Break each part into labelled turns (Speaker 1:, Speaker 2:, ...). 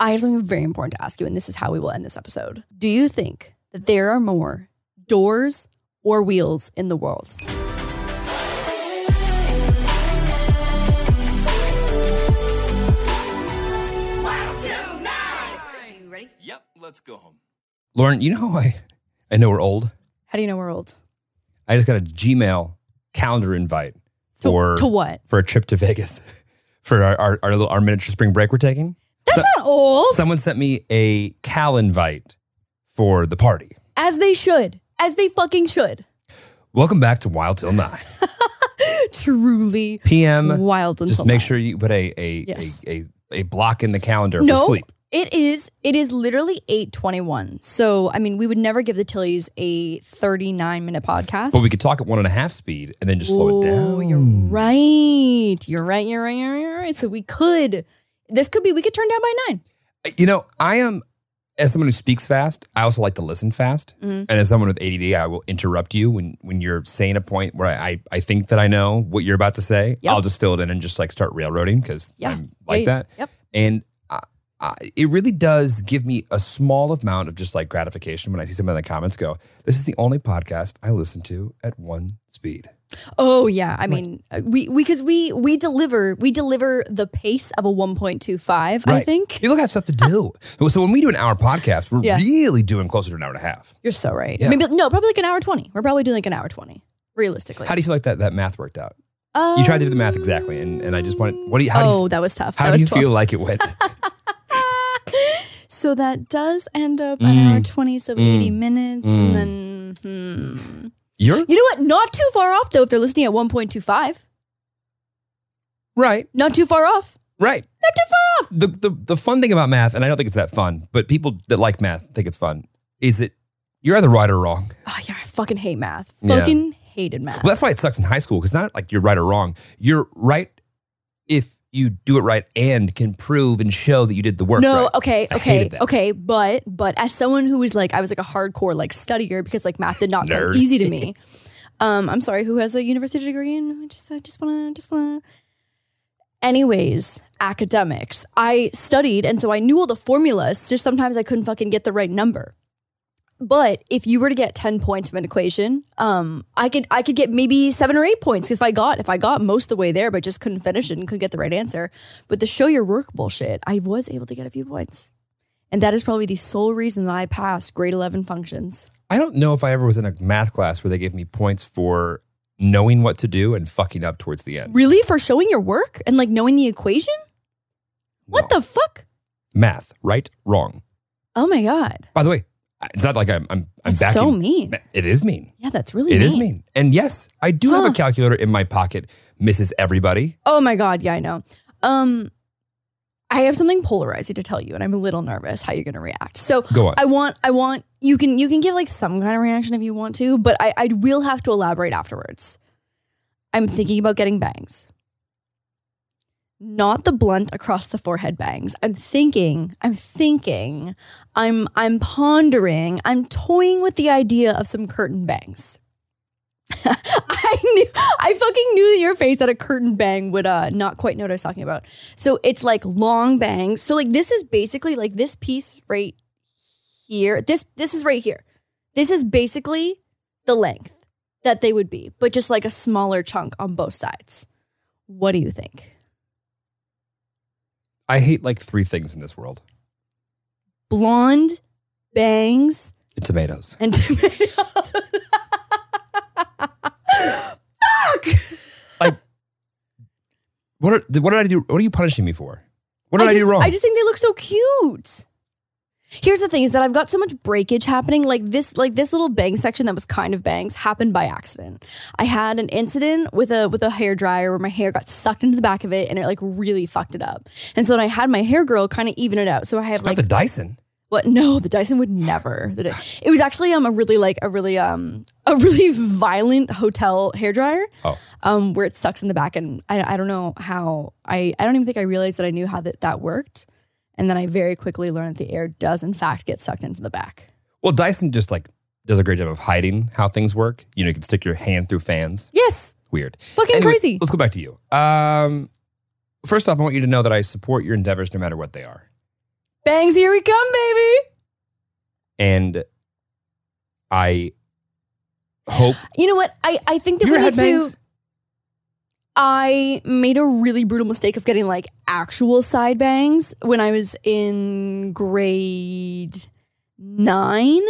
Speaker 1: I have something very important to ask you, and this is how we will end this episode. Do you think that there are more doors or wheels in the world?
Speaker 2: You ready?
Speaker 3: Yep, let's go home.
Speaker 4: Lauren, you know how I, I know we're old.
Speaker 1: How do you know we're old?
Speaker 4: I just got a Gmail calendar invite
Speaker 1: To,
Speaker 4: for
Speaker 1: to what?
Speaker 4: for a trip to Vegas for our our, our little our miniature spring break we're taking.
Speaker 1: That's
Speaker 4: So-
Speaker 1: not old.
Speaker 4: Someone sent me a cal invite for the party.
Speaker 1: As they should. As they fucking should.
Speaker 4: Welcome back to Wild Till Nine
Speaker 1: Truly
Speaker 4: p.m.
Speaker 1: wild and
Speaker 4: Um, Just make sure you put a a,
Speaker 1: Yes.
Speaker 4: a a a block in the calendar
Speaker 1: No.
Speaker 4: for sleep.
Speaker 1: It is. It is literally eight twenty one. So I mean, we would never give the Tillys a thirty nine minute podcast.
Speaker 4: But we could talk at one and a half speed and then just slow it down.
Speaker 1: Oh, you're right. You're right. You're right. You're right. You're right. So we could. This could be. We could turn down by nine.
Speaker 4: You know, I am as someone who speaks fast, I also like to listen fast.
Speaker 1: Mhm.
Speaker 4: And as someone with ADD, I will interrupt you when when you're saying a point where I I, I think that I know what you're about to say.
Speaker 1: Yep.
Speaker 4: I'll just fill it in and just like start railroading because
Speaker 1: Yeah.
Speaker 4: I'm like
Speaker 1: Yeah,
Speaker 4: that.
Speaker 1: yep.
Speaker 4: And I, I, it really does give me a small amount of just like gratification when I see someone in the comments go, "This is the only podcast I listen to at one speed."
Speaker 1: Oh yeah. I mean, uh, we we because we we deliver we deliver the pace of a one point two five. I
Speaker 4: Right.
Speaker 1: think
Speaker 4: You look at stuff to do. so when we do an hour podcast, we're
Speaker 1: Yeah.
Speaker 4: really doing closer to an hour and a half.
Speaker 1: you're so right.
Speaker 4: Yeah.
Speaker 1: Maybe no, probably like an hour twenty. We're probably doing like an hour twenty realistically.
Speaker 4: How do you feel like that that math worked out?
Speaker 1: Um,
Speaker 4: You tried to do the math exactly, and, and I just wanted. What do you? How do
Speaker 1: oh,
Speaker 4: you,
Speaker 1: that was tough.
Speaker 4: how
Speaker 1: that was
Speaker 4: do you
Speaker 1: 12.
Speaker 4: feel like it went?
Speaker 1: So that does end up an
Speaker 4: Mm.
Speaker 1: hour 20, so
Speaker 4: Mm.
Speaker 1: 80 minutes.
Speaker 4: Mm.
Speaker 1: And then, hmm.
Speaker 4: You're
Speaker 1: You know what? Not too far off, though, if they're listening at 1.25.
Speaker 4: right,
Speaker 1: Not too far off.
Speaker 4: right.
Speaker 1: Not too far off.
Speaker 4: The, the the fun thing about math, and I don't think it's that fun, but people that like math think it's fun. Is it you're either right or wrong?
Speaker 1: Oh, yeah. I fucking hate math.
Speaker 4: Yeah.
Speaker 1: Fucking hated math.
Speaker 4: Well, that's why it sucks in high school because not like you're right or wrong. You're right if you do it right and can prove and show that you did the work.
Speaker 1: no, uh
Speaker 4: right.
Speaker 1: okay,
Speaker 4: I
Speaker 1: okay,
Speaker 4: hated that.
Speaker 1: okay, but but as someone who was like, I was like a hardcore like studier because like math did not come
Speaker 4: Nerd.
Speaker 1: easy to me. Um, I'm sorry, who has a university degree and I just I just wanna just wanna. Anyways, academics. I studied and so I knew all the formulas. Just sometimes I couldn't fucking get the right number. But if you were to get ten points from an equation, um, I could I could get maybe seven or eight points because if I got if I got most of the way there, but just couldn't finish it and couldn't get the right answer. But the show your work bullshit, I was able to get a few points, and that is probably the sole reason that I passed grade eleven functions.
Speaker 4: I don't know if I ever was in a math class where they gave me points for knowing what to do and fucking up towards the end.
Speaker 1: Really, for showing your work and like knowing the equation? What the fuck?
Speaker 4: math? Right, wrong.
Speaker 1: Oh my god,
Speaker 4: By the way, it's not like I'm I'm, I'm
Speaker 1: that's
Speaker 4: backing.
Speaker 1: so mean.
Speaker 4: It is mean.
Speaker 1: Yeah, that's really
Speaker 4: It
Speaker 1: mean.
Speaker 4: is mean. And yes, I do have
Speaker 1: Huh.
Speaker 4: a calculator in my pocket. Mrs. Everybody.
Speaker 1: Oh my god, yeah, I know. Um, I have something polarizing to tell you, and I'm a little nervous how you're going to react. So
Speaker 4: Go on.
Speaker 1: I want, I want you can you can give like some kind of reaction if you want to, but I, I will have to elaborate afterwards. I'm thinking about getting bangs. Not the blunt across the forehead bangs. I'm thinking, I'm thinking, I'm I'm pondering, I'm toying with the idea of some curtain bangs. I knew I fucking knew that your face at a curtain bang would uh not quite know what I was talking about. So it's like long bangs. So like this is basically like this piece right here. This this is right here. This is basically the length that they would be, but just like a smaller chunk on both sides. What do you think?
Speaker 4: I hate like three things in this world:
Speaker 1: Blonde bangs
Speaker 4: tomatoes,
Speaker 1: and tomatoes. Fuck!
Speaker 4: What are, th- what did I do? What are you punishing me for? What did I,
Speaker 1: just,
Speaker 4: do wrong?
Speaker 1: I just think they look so cute. Here's the thing is that I've got so much breakage happening. Like this, like this little bang section that was kind of bangs happened by accident. I had an incident with a with a hair dryer where my hair got sucked into the back of it and it like really fucked it up. And so then I had my hair girl kind of even it out. So I have
Speaker 4: Not
Speaker 1: like
Speaker 4: the Dyson.
Speaker 1: what? No, the Dyson would never. The Dy- it was actually um a really like a really um a really violent hotel hairdryer.
Speaker 4: Oh.
Speaker 1: Um, where it sucks in the back, and I I don't know how I I don't even think I realized that I knew how that that worked, and then I very quickly learned that the air does in fact get sucked into the back.
Speaker 4: Well, Dyson just like does a great job of hiding how things work. You know, you can stick your hand through fans.
Speaker 1: Yes,
Speaker 4: Weird.
Speaker 1: fucking
Speaker 4: Anyway,
Speaker 1: crazy.
Speaker 4: Let's go back to you. Um, first off, I want you to know that I support your endeavors no matter what they are.
Speaker 1: Bangs, here we come, baby.
Speaker 4: And I hope
Speaker 1: You know what? I, I think that
Speaker 4: You
Speaker 1: we
Speaker 4: ever
Speaker 1: need
Speaker 4: had bangs?
Speaker 1: to. I made a really brutal mistake of getting like actual side bangs when I was in grade nine.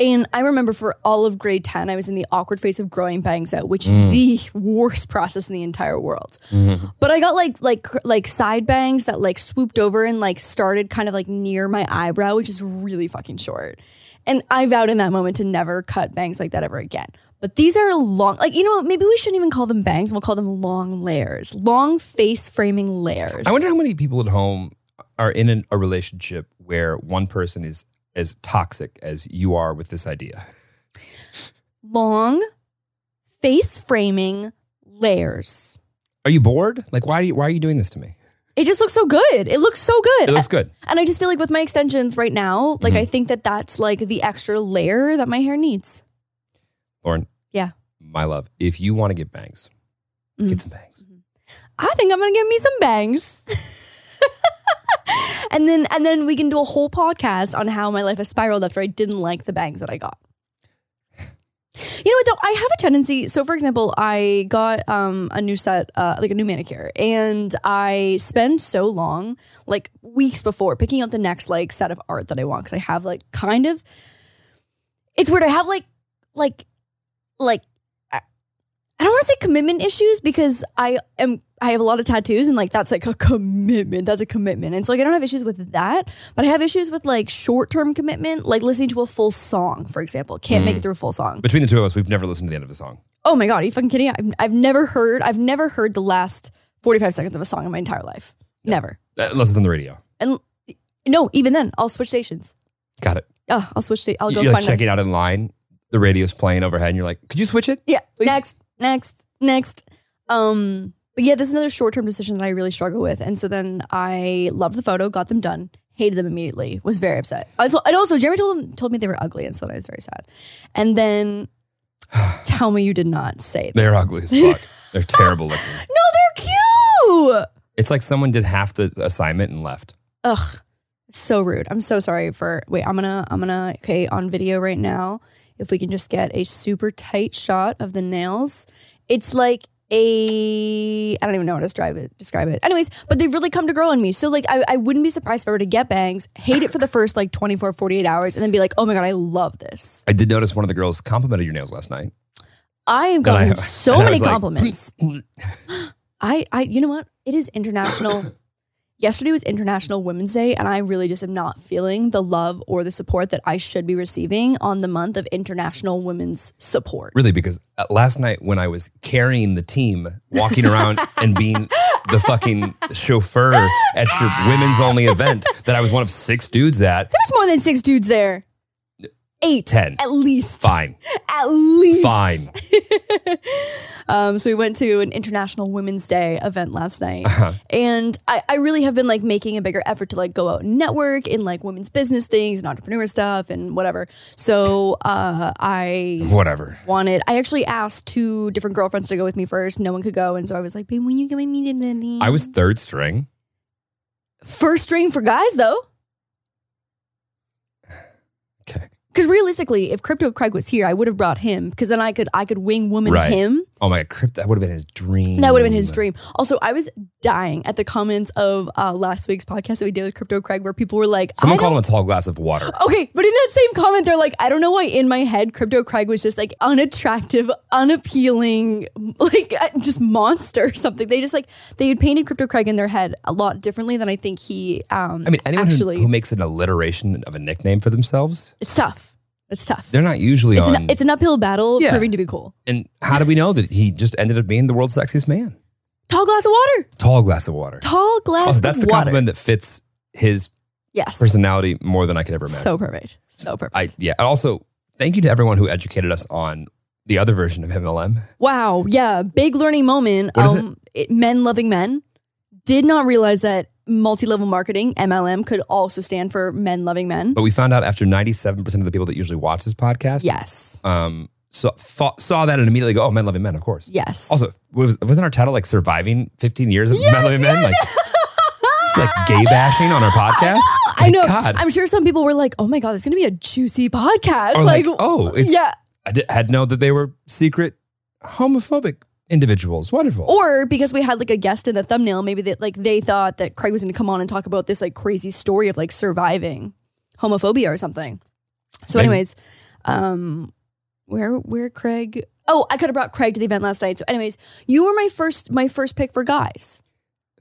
Speaker 1: And I remember for all of grade 10, I was in the awkward phase of growing bangs out, which is
Speaker 4: Mm.
Speaker 1: the worst process in the entire world. But I got like like cr- like side bangs that like swooped over and like started kind of like near my eyebrow, which is really fucking short. And I vowed in that moment to never cut bangs like that ever again. But these are long, like you know, what, maybe we shouldn't even call them bangs. We'll call them long layers, long face framing layers.
Speaker 4: I wonder how many people at home are in an, a relationship where one person is as toxic as you are with this idea.
Speaker 1: long face framing layers.
Speaker 4: Are you bored? Like, why? Are you, why are you doing this to me?
Speaker 1: It just looks so good. It looks so good.
Speaker 4: It looks good.
Speaker 1: and I just feel like with my extensions right now, like
Speaker 4: Mhm.
Speaker 1: I think that that's like the extra layer that my hair needs.
Speaker 4: Lauren.
Speaker 1: Yeah. Mm.
Speaker 4: My love, if you want to get bangs, get some bangs.
Speaker 1: I think I'm gonna give me some bangs. and then and then we can do a whole podcast on how my life has spiraled after I didn't like the bangs that I got. You know what though? I have a tendency. So for example, I got um, a new set, uh, like a new manicure, and I spend so long, like weeks before, picking out the next like set of art that I want because I have like kind of. It's weird. I have like, like, like I don't want to say commitment issues because I am I have a lot of tattoos and like that's like a commitment. That's a commitment. And so like I don't have issues with that, but I have issues with like short-term commitment, like listening to a full song, for example. Can't make it through a full song.
Speaker 4: Between the two of us, we've never listened to the end of a song.
Speaker 1: Oh my god, are you fucking kidding? I've, I've never heard I've never heard the last 45 seconds of a song in my entire life. Never.
Speaker 4: Uh, Unless it's on the radio.
Speaker 1: And no, even then I'll switch stations.
Speaker 4: Got it.
Speaker 1: Oh, I'll switch sta- I'll go
Speaker 4: You're like
Speaker 1: find
Speaker 4: checking
Speaker 1: next.
Speaker 4: out in line. The radio's playing overhead, and you're like, could you switch it?
Speaker 1: Yeah.
Speaker 4: please.
Speaker 1: Next, next, next. Um but yeah, this is another short-term decision that I really struggle with. And so then I loved the photo, got them done, hated them immediately, was very upset. I was- and also Jeremy told them, told me they were ugly, and so then I was very sad. And then tell me you did not say that.
Speaker 4: They're ugly as fuck. They're terrible looking.
Speaker 1: No, they're cute.
Speaker 4: It's like someone did half the assignment and left.
Speaker 1: Ugh, so rude. I'm so sorry for. Wait, I'm gonna, I'm gonna. Okay, on video right now. If we can just get a super tight shot of the nails, it's like a. I don't even know how to describe it. Describe it. Anyways, but they've really come to grow on me. So like, I, I wouldn't be surprised if I were to get bangs, hate it for the first like 24, 48 hours, and then be like, oh my god, I love this.
Speaker 4: I did notice one of the girls complimented your nails last night.
Speaker 1: I have
Speaker 4: And I-
Speaker 1: gotten so
Speaker 4: and I
Speaker 1: many
Speaker 4: was like,
Speaker 1: compliments. I, I, you know what? It is international. Yesterday was International Women's Day, and I really just am not feeling the love or the support that I should be receiving on the month of International Women's Support.
Speaker 4: Really, because uh, last night when I was carrying the team, walking around and being the fucking chauffeur at your women's only event that I was one of six dudes at,
Speaker 1: There's more than six dudes there. Eight.
Speaker 4: 10.
Speaker 1: At least.
Speaker 4: Fine.
Speaker 1: At least.
Speaker 4: Fine.
Speaker 1: um, so we went to an International Women's Day event last night.
Speaker 4: Uh-huh.
Speaker 1: And I, I really have been like making a bigger effort to like go out and network in like women's business things and entrepreneur stuff and whatever. So uh, I
Speaker 4: Whatever.
Speaker 1: wanted, I actually asked two different girlfriends to go with me first. No one could go. And so I was like, babe, when you going me to the
Speaker 4: I was third string.
Speaker 1: first string for guys though.
Speaker 4: Okay.
Speaker 1: Because realistically, if Crypto Craig was here, I would have brought him because then I could I could wing woman
Speaker 4: Right. Mm.
Speaker 1: him.
Speaker 4: Oh my God, crypt, that would have been his dream.
Speaker 1: That would have been his dream. Also, I was dying at the comments of uh, last week's podcast that we did with Crypto Craig, where people were like, I
Speaker 4: Someone
Speaker 1: don't-
Speaker 4: called him a tall glass of water.
Speaker 1: Okay, but in that same comment, they're like, I don't know why in my head Crypto Craig was just like unattractive, unappealing, like uh, just monster or something. They just like, they had painted Crypto Craig in their head a lot differently than I think he, um,
Speaker 4: I mean, anyone who-
Speaker 1: actually,
Speaker 4: who, makes an alliteration of a nickname for themselves,
Speaker 1: it's tough. It's tough.
Speaker 4: they're not usually
Speaker 1: It's
Speaker 4: on.
Speaker 1: an, it's an uphill battle
Speaker 4: Yeah.
Speaker 1: proving to be cool.
Speaker 4: and how do we know that he just ended up being the world's sexiest man?
Speaker 1: Tall glass of water.
Speaker 4: Tall glass of water.
Speaker 1: Tall glass
Speaker 4: Also, Oh, that's
Speaker 1: of
Speaker 4: the
Speaker 1: water.
Speaker 4: compliment that fits his
Speaker 1: Yes.
Speaker 4: personality more than I could ever imagine.
Speaker 1: So perfect. So perfect.
Speaker 4: I yeah. And also, thank you to everyone who educated us on the other version of MLM.
Speaker 1: Wow. Yeah. Big learning moment. um,
Speaker 4: What is
Speaker 1: it- men loving men. Did not realize that multi level marketing, MLM, could also stand for men loving men.
Speaker 4: But we found out after 97% of the people that usually watch this podcast
Speaker 1: Yes.
Speaker 4: um saw, thought, saw that and immediately go, oh, men loving men, of course.
Speaker 1: Yes.
Speaker 4: Also, was, wasn't our title like surviving 15 years of
Speaker 1: Yes,
Speaker 4: men loving men?
Speaker 1: yes,
Speaker 4: Like,
Speaker 1: yes.
Speaker 4: like gay bashing on our podcast?
Speaker 1: I
Speaker 4: My
Speaker 1: know.
Speaker 4: God.
Speaker 1: I'm sure some people were like, "Oh my god, it's going to be a juicy podcast."
Speaker 4: Or
Speaker 1: Like,
Speaker 4: like, oh, it's,
Speaker 1: yeah.
Speaker 4: I did, had known that they were secret homophobic individuals. Wonderful.
Speaker 1: Or because we had like a guest in the thumbnail, maybe that like they thought that Craig was going to come on and talk about this like crazy story of like surviving homophobia or something. So,
Speaker 4: Maybe.
Speaker 1: anyways, um, where where Craig? Oh, I could have brought Craig to the event last night. So, anyways, you were my first my first pick for guys.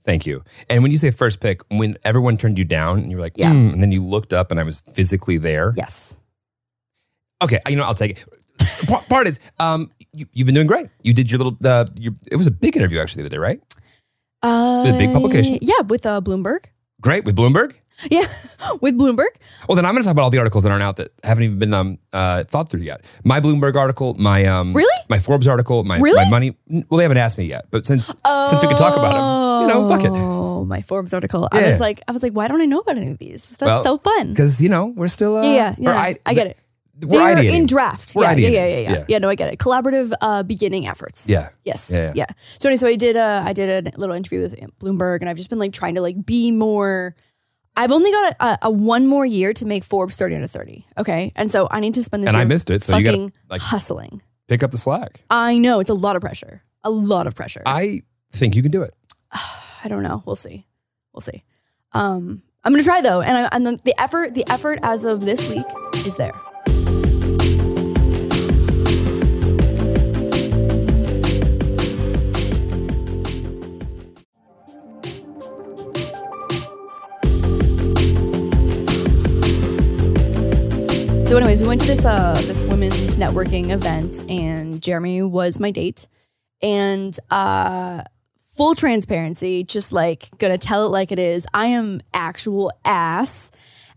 Speaker 4: Thank you. And when you say first pick, when everyone turned you down and you were like,
Speaker 1: Yeah.
Speaker 4: yeah, and then you looked up and I was physically there.
Speaker 1: Yes,
Speaker 4: Okay, you know, I'll take it. Part- Part is, um, you, you've been doing great. You did your little, uh, your, it was a big interview actually the other day, right?
Speaker 1: uh,
Speaker 4: The big publication.
Speaker 1: Yeah, with uh, Bloomberg.
Speaker 4: Great with Bloomberg.
Speaker 1: Yeah, with Bloomberg.
Speaker 4: Well, then I'm going to talk about all the articles that aren't out that haven't even been um, uh, thought through yet. My Bloomberg article, my um,
Speaker 1: Really?
Speaker 4: my Forbes article, my
Speaker 1: Really?
Speaker 4: my money. Well, they haven't asked me yet, but since since we could talk about them, you know, fuck it,
Speaker 1: Oh, my Forbes article. I
Speaker 4: Yeah.
Speaker 1: was like, I was like, why don't I know about any of these? That's
Speaker 4: Well,
Speaker 1: so fun.
Speaker 4: because you know we're still uh,
Speaker 1: Yeah, yeah, yeah.
Speaker 4: or
Speaker 1: I, get it.
Speaker 4: We're
Speaker 1: They're
Speaker 4: ideating.
Speaker 1: in draft.
Speaker 4: We're
Speaker 1: yeah, yeah,
Speaker 4: ideating.
Speaker 1: yeah, yeah, yeah,
Speaker 4: Yeah.
Speaker 1: Yeah, no, I get it. Collaborative uh, beginning efforts.
Speaker 4: yeah,
Speaker 1: Yes.
Speaker 4: Yeah,
Speaker 1: Yeah,
Speaker 4: yeah.
Speaker 1: So anyway, so I did. Uh, I did a little interview with Bloomberg, and I've just been like trying to like be more. I've only got a, a one more year to make Forbes thirty under thirty. Okay, and so I need to spend this
Speaker 4: and I
Speaker 1: year
Speaker 4: missed it, so you got
Speaker 1: fucking
Speaker 4: to like
Speaker 1: hustling.
Speaker 4: pick up the slack.
Speaker 1: I know it's a lot of pressure. A lot of pressure.
Speaker 4: I think you can do it.
Speaker 1: I don't know. We'll see. We'll see. Um, I'm gonna try though, and I, and the, the effort, the effort as of this week is there. So, anyways, we went to this uh, this women's networking event, and Jeremy was my date, and uh, full transparency, just like gonna tell it like it is. I am actual ass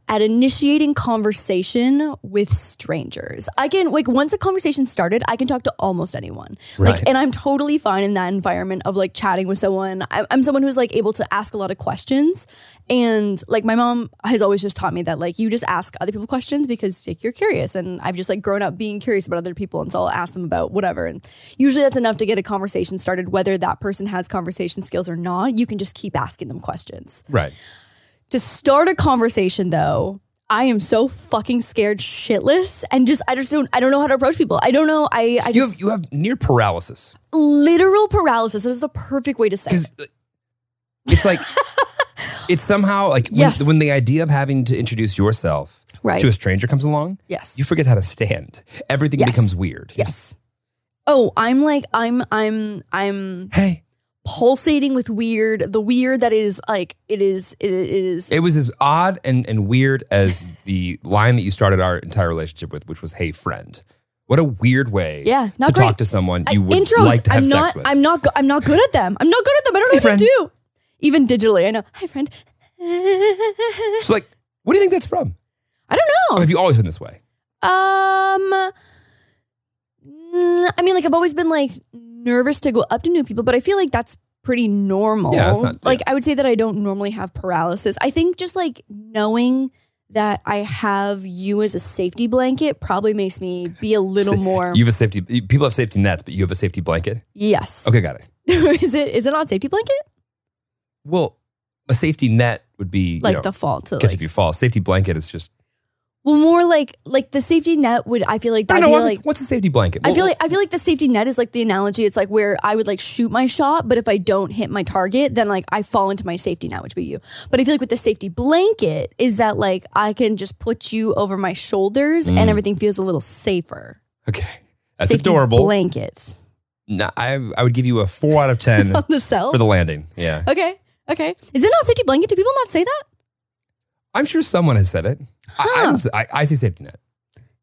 Speaker 1: at initiating conversation with strangers. I can like once a conversation started, I can talk to almost anyone. Like
Speaker 4: Right.
Speaker 1: and I'm totally fine in that environment of like chatting with someone. I- I'm someone who's like able to ask a lot of questions. And like my mom has always just taught me that like you just ask other people questions because like you're curious. And I've just like grown up being curious about other people. And so I'll ask them about whatever. And usually that's enough to get a conversation started, whether that person has conversation skills or not. You can just keep asking them questions.
Speaker 4: Right.
Speaker 1: To start a conversation though, I am so fucking scared shitless and just I just don't I don't know how to approach people. I don't know. I I
Speaker 4: You
Speaker 1: just
Speaker 4: have you have near paralysis
Speaker 1: literal paralysis. That is the perfect way to say it.
Speaker 4: because it's like it's somehow like when,
Speaker 1: Yes.
Speaker 4: when the idea of having to introduce yourself
Speaker 1: Right.
Speaker 4: to a stranger comes along.
Speaker 1: yes.
Speaker 4: You forget how to stand. Everything
Speaker 1: Yes.
Speaker 4: becomes weird.
Speaker 1: yes. Oh, I'm like I'm I'm I'm
Speaker 4: Hey,
Speaker 1: pulsating with weird. The weird that is like it is it is
Speaker 4: it was as odd and, and weird as the line that you started our entire relationship with, which was "Hey, friend." What a weird way,
Speaker 1: Yeah, not
Speaker 4: to
Speaker 1: great.
Speaker 4: talk to someone
Speaker 1: I-
Speaker 4: you would
Speaker 1: intros.
Speaker 4: like to have
Speaker 1: I'm
Speaker 4: sex
Speaker 1: not
Speaker 4: with.
Speaker 1: I'm not go- I'm not good at them. I'm not good at them. I don't know
Speaker 4: Hey,
Speaker 1: what
Speaker 4: friend.
Speaker 1: to do. Even digitally, I know. Hi, friend. I
Speaker 4: so, like, what do you think that's from?
Speaker 1: don't know.
Speaker 4: Or have you always been this way?
Speaker 1: Um, mm, I mean, like I've always been like nervous to go up to new people, but I feel like that's pretty normal.
Speaker 4: Yeah, it's not-
Speaker 1: like I would say that I don't normally have paralysis. I think just like knowing that I have you as a safety blanket probably makes me be a little
Speaker 4: Sa-
Speaker 1: more.
Speaker 4: You have a safety. People have safety nets, but you have a safety blanket.
Speaker 1: yes.
Speaker 4: Okay, got it.
Speaker 1: is it is it not safety blanket?
Speaker 4: Well, a safety net would be
Speaker 1: Like
Speaker 4: you know,
Speaker 1: the fall to
Speaker 4: catch
Speaker 1: like.
Speaker 4: if you fall. Safety blanket is just.
Speaker 1: well, more like like the safety net would. I feel like
Speaker 4: I
Speaker 1: that'd
Speaker 4: don't know.
Speaker 1: be
Speaker 4: what-
Speaker 1: like.
Speaker 4: what's a safety blanket?
Speaker 1: I
Speaker 4: Well,
Speaker 1: feel like I feel like the safety net is like the analogy. It's like where I would like shoot my shot, but if I don't hit my target, then like I fall into my safety net, which would be you. But I feel like with the safety blanket is that like I can just put you over my shoulders
Speaker 4: Mm.
Speaker 1: and everything feels a little safer.
Speaker 4: okay, that's
Speaker 1: safety
Speaker 4: adorable.
Speaker 1: Blanket
Speaker 4: No, I I would give you a four out of ten
Speaker 1: on the cell.
Speaker 4: for the landing. Yeah,
Speaker 1: okay, okay. Is it not safety blanket? Do people not say that?
Speaker 4: I'm sure someone has said it. I, I'm s- I, I say safety net.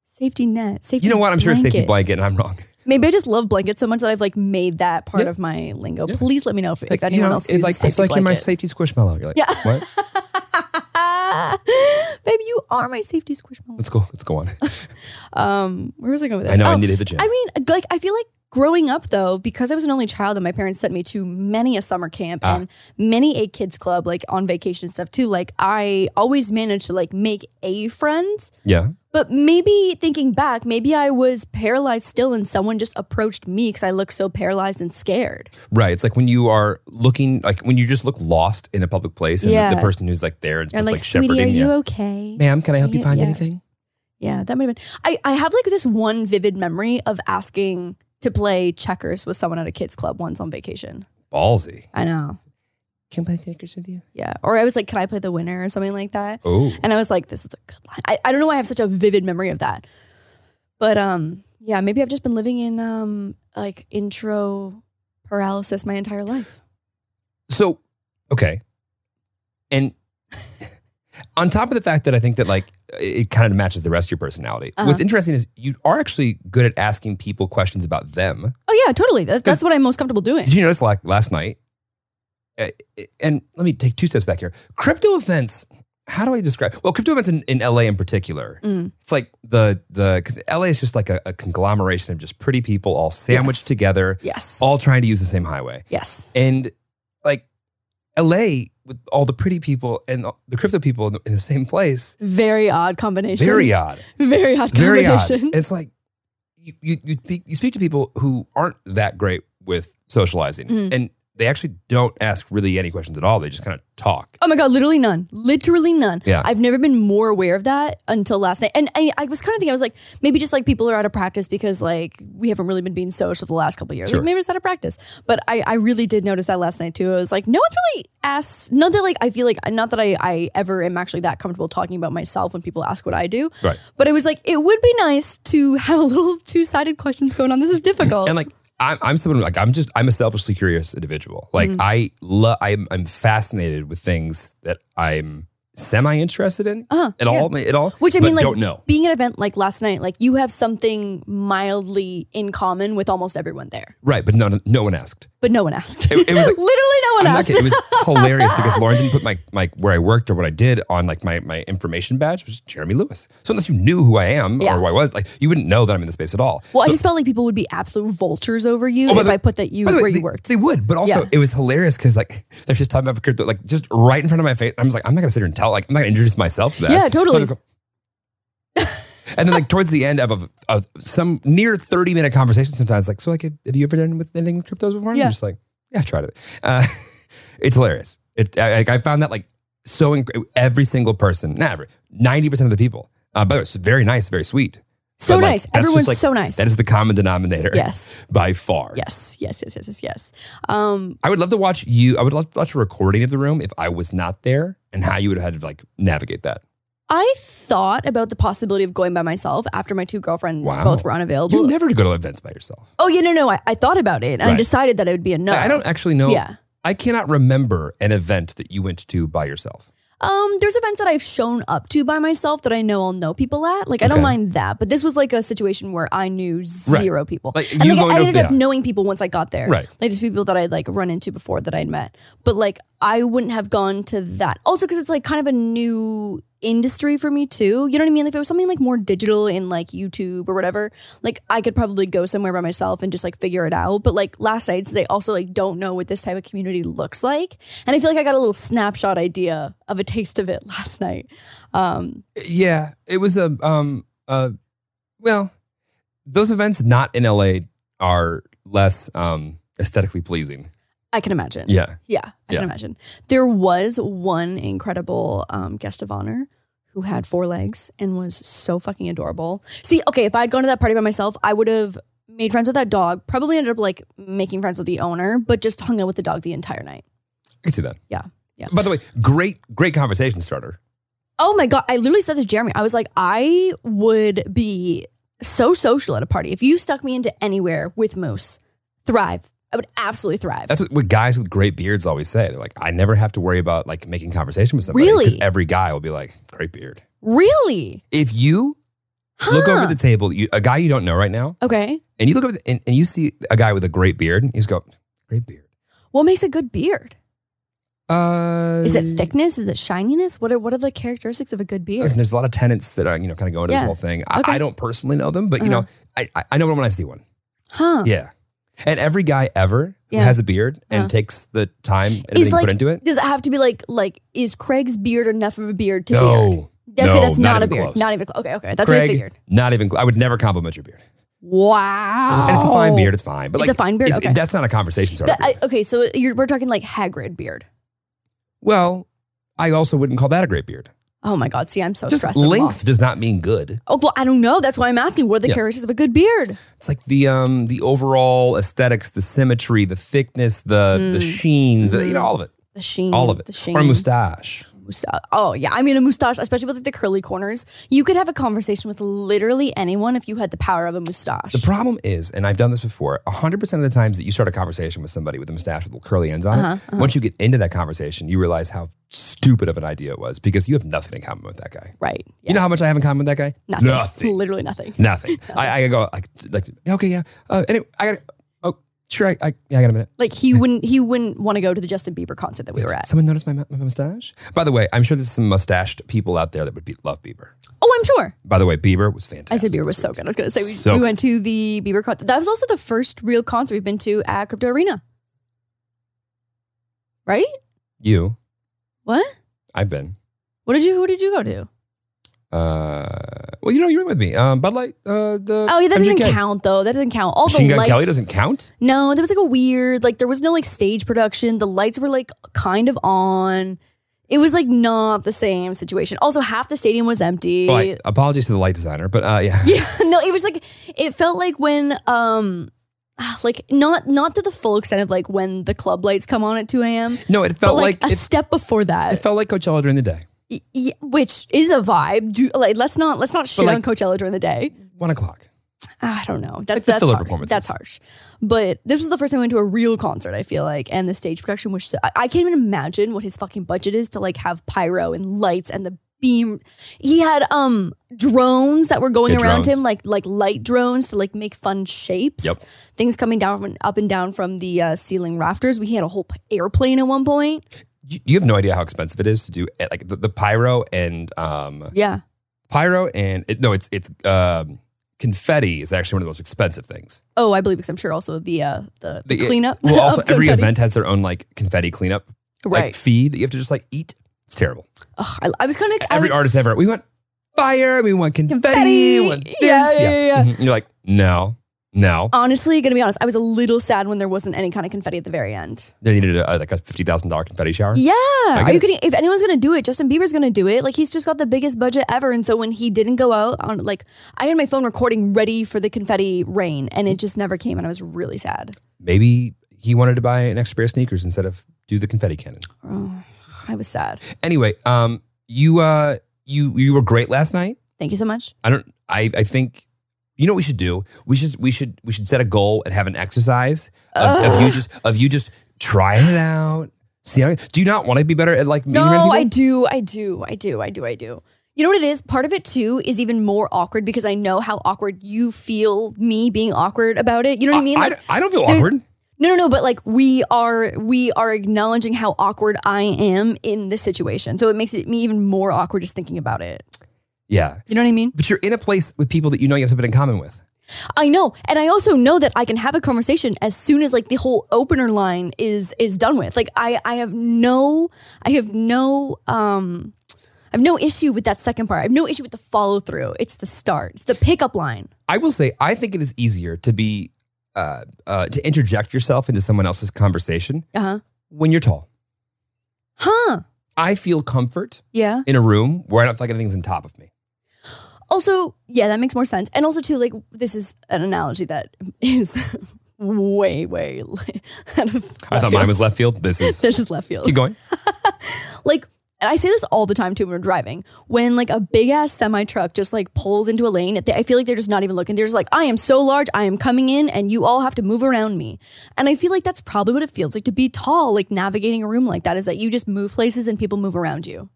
Speaker 1: Safety net. Safety.
Speaker 4: You know what? I'm sure it's safety blanket, and I'm wrong.
Speaker 1: Maybe I just love blankets so much that I've like made that part
Speaker 4: Yeah.
Speaker 1: of my lingo.
Speaker 4: Yeah.
Speaker 1: Please let me know if, if anyone
Speaker 4: you know,
Speaker 1: else
Speaker 4: it's
Speaker 1: uses
Speaker 4: like
Speaker 1: safety
Speaker 4: it's like
Speaker 1: blanket.
Speaker 4: you're my safety squishmallow. You're like,
Speaker 1: Yeah.
Speaker 4: what?
Speaker 1: Baby, you are my safety squishmallow.
Speaker 4: Let's go. Let's go on.
Speaker 1: Um, where was I going with
Speaker 4: I
Speaker 1: this?
Speaker 4: know I
Speaker 1: Oh,
Speaker 4: need to hit the gym.
Speaker 1: I mean, like I feel like Growing up, though, because I was an only child and my parents sent me to many a summer camp
Speaker 4: Ah.
Speaker 1: and many a kids club, like on vacation and stuff too, like I always managed to like make a friend.
Speaker 4: Yeah.
Speaker 1: But maybe thinking back, maybe I was paralyzed still and someone just approached me because I looked so paralyzed and scared.
Speaker 4: Right. It's like when you are looking, like when you just look lost in a public place and the- the,
Speaker 1: Yeah.
Speaker 4: person who's like there and
Speaker 1: Or
Speaker 4: like,
Speaker 1: like,
Speaker 4: like
Speaker 1: sweetie, are
Speaker 4: shepherding
Speaker 1: you
Speaker 4: you.
Speaker 1: okay?
Speaker 4: Ma'am, can I help you
Speaker 1: Yeah,
Speaker 4: find
Speaker 1: yeah.
Speaker 4: anything?
Speaker 1: Yeah, that might have been. I, I have like this one vivid memory of asking to play checkers with someone at a kids club once on vacation.
Speaker 4: Ballsy.
Speaker 1: I know.
Speaker 4: Can play takers with you?
Speaker 1: Yeah. Or I was like, can I play the winner or something like that?
Speaker 4: Oh.
Speaker 1: And I was like, this is a good line. I, I don't know why I have such a vivid memory of that. But um, yeah, maybe I've just been living in um like intro paralysis my entire life.
Speaker 4: So, okay. And on top of the fact that I think that like it kind of matches the rest of your personality,
Speaker 1: Uh-huh.
Speaker 4: what's interesting is you are actually good at asking people questions about them.
Speaker 1: Oh yeah, totally. That's, that's what I'm most comfortable doing.
Speaker 4: Did you notice like last night? Uh, And let me take two steps back here. Crypto events. How do I describe? Well, crypto events in, in LA in particular.
Speaker 1: Mm.
Speaker 4: It's like the the because LA is just like a, a conglomeration of just pretty people all sandwiched
Speaker 1: Yes.
Speaker 4: together,
Speaker 1: Yes.
Speaker 4: all trying to use the same highway.
Speaker 1: yes.
Speaker 4: And like LA with all the pretty people and the crypto people in the, in the same place.
Speaker 1: Very odd combination.
Speaker 4: Very odd.
Speaker 1: Very odd
Speaker 4: Very odd.
Speaker 1: combination.
Speaker 4: It's like you you you speak, you speak to people who aren't that great with socializing,
Speaker 1: Mm.
Speaker 4: and they actually don't ask really any questions at all. They just kind of talk.
Speaker 1: Oh my God, literally none. Literally none.
Speaker 4: Yeah.
Speaker 1: I've never been more aware of that until last night. And I, I was kind of thinking, I was like, maybe just like people are out of practice because like we haven't really been being social for the last couple of years.
Speaker 4: Sure.
Speaker 1: Like maybe it's out of practice. But I, I really did notice that last night too. I was like, no one's really asked, not that like I feel like, not that I, I ever am actually that comfortable talking about myself when people ask what I do.
Speaker 4: Right.
Speaker 1: But it was like, it would be nice to have a little two sided questions going on. This is difficult.
Speaker 4: And like I'm, I'm someone like I'm just I'm a selfishly curious individual. Like
Speaker 1: Mm.
Speaker 4: I love I'm I'm fascinated with things that I'm semi interested in
Speaker 1: Uh-huh,
Speaker 4: at all. At all,
Speaker 1: Which I
Speaker 4: but
Speaker 1: mean, like,
Speaker 4: don't know.
Speaker 1: being at an event like last night, like you have something mildly in common with almost everyone there.
Speaker 4: Right, but no, no one asked.
Speaker 1: but no one asked.
Speaker 4: It- it was like-
Speaker 1: literally no one
Speaker 4: I'm not
Speaker 1: asked.
Speaker 4: kidding. It was hilarious because Lauren didn't put my like where I worked or what I did on like my my information badge, which is Jeremy Lewis. So unless you knew who I am
Speaker 1: Yeah.
Speaker 4: or who I was, like you wouldn't know that I'm in the space at all.
Speaker 1: well, I
Speaker 4: So-
Speaker 1: just felt like people would be absolute vultures over you
Speaker 4: Oh, by
Speaker 1: if
Speaker 4: the-
Speaker 1: I put that you
Speaker 4: by the
Speaker 1: where
Speaker 4: way,
Speaker 1: you
Speaker 4: they,
Speaker 1: worked.
Speaker 4: They would, but also
Speaker 1: Yeah.
Speaker 4: it was hilarious because like they're just talking about crypto, like just right in front of my face. I'm just like, I'm not gonna sit here and tell, like I'm not gonna introduce myself. To that.
Speaker 1: Yeah,
Speaker 4: So I
Speaker 1: totally.
Speaker 4: just go- and then like towards the end of, of, of some near 30 minute conversation, sometimes like, so like, have you ever done with anything with cryptos before? And
Speaker 1: Yeah.
Speaker 4: I'm just like, yeah, I've tried it. Uh, it's hilarious. It I, like, I found that like so inc- every single person, not every, 90% of the people. Uh, by the way, it's very nice, very sweet.
Speaker 1: so
Speaker 4: but, like,
Speaker 1: nice.
Speaker 4: that's just,
Speaker 1: Everyone's
Speaker 4: like-
Speaker 1: so nice.
Speaker 4: That is the common denominator
Speaker 1: yes.
Speaker 4: by far.
Speaker 1: Yes. Yes. Yes. Yes. Yes. Yes. Um,
Speaker 4: I would love to watch you. I would love to watch a recording of the room if I was not there, and how you would have had to like navigate that.
Speaker 1: I thought about the possibility of going by myself after my two girlfriends
Speaker 4: Wow.
Speaker 1: both were unavailable.
Speaker 4: You never go to events by yourself.
Speaker 1: oh yeah, no, no. I, I thought about it and I
Speaker 4: Right.
Speaker 1: decided that it would be a no.
Speaker 4: I I don't actually know.
Speaker 1: Yeah.
Speaker 4: I cannot remember an event that you went to by yourself.
Speaker 1: Um, there's events that I've shown up to by myself that I know I'll know people at. Like I don't
Speaker 4: Okay.
Speaker 1: mind that, but this was like a situation where I knew zero people.
Speaker 4: Like,
Speaker 1: and
Speaker 4: you
Speaker 1: like,
Speaker 4: going
Speaker 1: I
Speaker 4: to-
Speaker 1: ended up
Speaker 4: yeah.
Speaker 1: knowing people once I got there.
Speaker 4: Right.
Speaker 1: Like just people that I'd like run into before that I'd met. But like I wouldn't have gone to that. Also because it's like kind of a new industry for me too. You know what I mean? Like if it was something like more digital in like YouTube or whatever, like I could probably go somewhere by myself and just like figure it out. But like last night, they also like don't know what this type of community looks like. And I feel like I got a little snapshot idea of a taste of it last night. Um
Speaker 4: Yeah, it was a um uh, well, those events not in LA are less um aesthetically pleasing.
Speaker 1: I can imagine.
Speaker 4: Yeah,
Speaker 1: Yeah, I
Speaker 4: Yeah.
Speaker 1: can imagine. There was one incredible um, guest of honor who had four legs and was so fucking adorable. See, okay, if I'd gone to that party by myself, I would have made friends with that dog, probably ended up like making friends with the owner, but just hung out with the dog the entire night.
Speaker 4: I can see that.
Speaker 1: Yeah, yeah.
Speaker 4: By the way, great great conversation starter.
Speaker 1: Oh my God. I literally said to Jeremy, I was like, I would be so social at a party. If you stuck me into anywhere with Moose, thrive. I would absolutely thrive.
Speaker 4: That's what, what guys with great beards always say. They're like, I never have to worry about like making conversation with somebody.
Speaker 1: Really?
Speaker 4: Because every guy will be like, great beard.
Speaker 1: really?
Speaker 4: If you
Speaker 1: Huh.
Speaker 4: look over the table, you, a guy you don't know right now,
Speaker 1: okay.
Speaker 4: and you look over the, and, and you see a guy with a great beard, you just go, great beard.
Speaker 1: What makes a good beard?
Speaker 4: Uh,
Speaker 1: Is it thickness? Is it shininess? What are what are the characteristics of a good beer?
Speaker 4: Listen, there's a lot of tenants that are, you know, kind of go into
Speaker 1: Yeah.
Speaker 4: this whole thing. I,
Speaker 1: Okay. Uh-huh.
Speaker 4: I don't personally know them, but, you know, I, I, I know them when I see one.
Speaker 1: Huh.
Speaker 4: Yeah. And every guy ever
Speaker 1: Yeah.
Speaker 4: who has a beard and
Speaker 1: Yeah.
Speaker 4: takes the time and
Speaker 1: Is
Speaker 4: everything
Speaker 1: like-
Speaker 4: put into it.
Speaker 1: Does it have to be like like is Craig's beard enough of a beard to beard?
Speaker 4: No.
Speaker 1: Okay,
Speaker 4: no,
Speaker 1: that's not, a
Speaker 4: even
Speaker 1: beard.
Speaker 4: close.
Speaker 1: Not even close. Okay, okay. That's what I
Speaker 4: Craig,
Speaker 1: figured.
Speaker 4: not even. cl- I would never compliment your beard,
Speaker 1: Wow.
Speaker 4: and it's a fine beard. It's fine, but
Speaker 1: Oh. It's
Speaker 4: like
Speaker 1: a fine beard?
Speaker 4: it's- it-
Speaker 1: Okay.
Speaker 4: that's not a conversation starter.
Speaker 1: That- I- okay, so you're, we're talking like Hagrid beard.
Speaker 4: well, I also wouldn't call that a great beard.
Speaker 1: Oh my God. See, I'm so
Speaker 4: Just
Speaker 1: stressed. I'm
Speaker 4: length
Speaker 1: lost.
Speaker 4: does not mean good.
Speaker 1: oh, well, I don't know. That's why I'm asking. What are the
Speaker 4: Yeah.
Speaker 1: characteristics of a good beard?
Speaker 4: It's like the um the overall aesthetics, the symmetry, the thickness, the the sheen, the, you know all of it,
Speaker 1: The sheen.
Speaker 4: all of it,
Speaker 1: Mm. Mm-hmm. The sheen.
Speaker 4: or a mustache.
Speaker 1: Musta- Oh, yeah. I mean, a mustache, especially with like the curly corners. You could have a conversation with literally anyone if you had the power of a mustache.
Speaker 4: The problem is, and I've done this before, 100% of the times that you start a conversation with somebody with a mustache with little curly ends on
Speaker 1: Uh-huh,
Speaker 4: it, once you get into that conversation, you realize how stupid of an idea it was because you have nothing in common with that guy.
Speaker 1: right. Yeah.
Speaker 4: You know how much I have in common with that guy?
Speaker 1: nothing.
Speaker 4: Nothing.
Speaker 1: Literally nothing.
Speaker 4: Nothing. I, I go, like, like, okay, yeah. Uh, anyway, I got, oh, sure, I, I, yeah, I got a minute.
Speaker 1: Like he wouldn't he wouldn't want to go to the Justin Bieber concert that we were at.
Speaker 4: Someone noticed my, mu- my mustache? By the way, I'm sure there's some mustached people out there that would be, love Bieber.
Speaker 1: Oh, I'm sure.
Speaker 4: By the way, Bieber was fantastic.
Speaker 1: I said Bieber was so good. I was gonna say we,
Speaker 4: So
Speaker 1: we
Speaker 4: good.
Speaker 1: went to the Bieber concert. That was also the first real concert we've been to at Crypto Arena. Right?
Speaker 4: You,
Speaker 1: What?
Speaker 4: I've been.
Speaker 1: What did you? Who did you go to?
Speaker 4: Uh, well, you know, you went with me. Um, Bud Light, uh, the
Speaker 1: Oh, yeah, that doesn't
Speaker 4: MGK.
Speaker 1: count though. That doesn't count. All the
Speaker 4: Machine Gun
Speaker 1: lights.
Speaker 4: Kelly doesn't count.
Speaker 1: no, there was like a weird like there was no like stage production. The lights were like kind of on. It was like not the same situation. Also, half the stadium was empty.
Speaker 4: Well, I- apologies to the light designer, but uh, yeah,
Speaker 1: Yeah, no, it was like it felt like when um ah, like not not to the full extent of like when the club lights come on at 2 a.m.
Speaker 4: no, it
Speaker 1: But
Speaker 4: felt
Speaker 1: like,
Speaker 4: like,
Speaker 1: a
Speaker 4: it,
Speaker 1: step before
Speaker 4: it
Speaker 1: that,
Speaker 4: felt like Coachella during the day,
Speaker 1: Y- y- which is a vibe. Do, like, let's not let's not shit
Speaker 4: like-
Speaker 1: on Coachella during the day.
Speaker 4: one o'clock.
Speaker 1: I don't know. That's
Speaker 4: Like the
Speaker 1: that's
Speaker 4: filler
Speaker 1: harsh.
Speaker 4: performances.
Speaker 1: That's harsh. But this was the first time I went to a real concert. I feel like, and the stage production was. So, I, I can't even imagine what his fucking budget is to like have pyro and lights and the beam. He had um drones that were going
Speaker 4: Yeah,
Speaker 1: around
Speaker 4: drones.
Speaker 1: him, like like light drones to like make fun shapes.
Speaker 4: Yep.
Speaker 1: Things coming down from, up and down from the uh, ceiling rafters. We had a whole p- airplane at one point.
Speaker 4: You, you have no idea how expensive it is to do eh, like the, the pyro and um
Speaker 1: Yeah.
Speaker 4: pyro and it, no, it's it's um confetti is actually one of the most expensive things.
Speaker 1: Oh, I believe because I'm sure also the uh, the, the,
Speaker 4: The- e-
Speaker 1: cleanup.
Speaker 4: Well, also
Speaker 1: of
Speaker 4: every
Speaker 1: Oh, confetti.
Speaker 4: event has their own like confetti cleanup
Speaker 1: right?
Speaker 4: like fee that you have to just like eat. It's terrible.
Speaker 1: Ugh, I, I was kind of
Speaker 4: Every artist ever, we want fire, we want confetti,
Speaker 1: Confetti.
Speaker 4: we want this.
Speaker 1: Yeah, yeah, yeah.
Speaker 4: Mhm. You're like no, no.
Speaker 1: honestly, gonna be honest, I was a little sad when there wasn't any kind of confetti at the very end.
Speaker 4: They needed a, like a fifty thousand dollar confetti shower.
Speaker 1: Yeah,
Speaker 4: get
Speaker 1: are you
Speaker 4: it.
Speaker 1: kidding? If anyone's gonna do it, Justin Bieber's gonna do it. Like he's just got the biggest budget ever, and so when he didn't go out on, like, I had my phone recording ready for the confetti rain, and it just never came, and I was really sad.
Speaker 4: Maybe he wanted to buy an extra pair of sneakers instead of do the confetti cannon.
Speaker 1: Oh, I was sad.
Speaker 4: Anyway, um, you uh, you you were great last night.
Speaker 1: Thank you so much.
Speaker 4: I don't. I I think you know what we should do. We should we should we should set a goal and have an exercise of, of you
Speaker 1: Ugh.
Speaker 4: just of you just trying it out. See, how, do you not want to be better at like meeting random
Speaker 1: No,
Speaker 4: people?
Speaker 1: I do, I do, I do, I do, I do. You know what it is? Part of it too is even more awkward because I know how awkward you feel me being awkward about it. You know what I mean?
Speaker 4: I,
Speaker 1: Like,
Speaker 4: I don't feel
Speaker 1: there's-
Speaker 4: awkward.
Speaker 1: No, no, no. But like we are, we are acknowledging how awkward I am in this situation. So it makes it me even more awkward just thinking about it.
Speaker 4: Yeah,
Speaker 1: You know what I mean?
Speaker 4: but you're in a place with people that you know you have something in common with.
Speaker 1: I know, and I also know that I can have a conversation as soon as like the whole opener line is is done with. Like I, I have no, I have no, um, I have no issue with that second part. I have no issue with the follow through. It's the start. It's the pickup line.
Speaker 4: I will say, I think it is easier to be uh, uh, to interject yourself into someone else's conversation
Speaker 1: Uh huh.
Speaker 4: when you're tall.
Speaker 1: Huh.
Speaker 4: I feel comfort
Speaker 1: Yeah.
Speaker 4: in a room where I don't feel like anything's on top of me.
Speaker 1: Also, yeah, that makes more sense. And also, too, like this is an analogy that is way, way out of.
Speaker 4: I thought mine was left field. This is
Speaker 1: This is left field.
Speaker 4: keep going.
Speaker 1: Like, and I say this all the time too when we're driving. When like a big ass semi truck just like pulls into a lane, they, I feel like they're just not even looking. They're just like, I am so large, I am coming in, and you all have to move around me. And I feel like that's probably what it feels like to be tall, like navigating a room like that, is that you just move places and people move around you.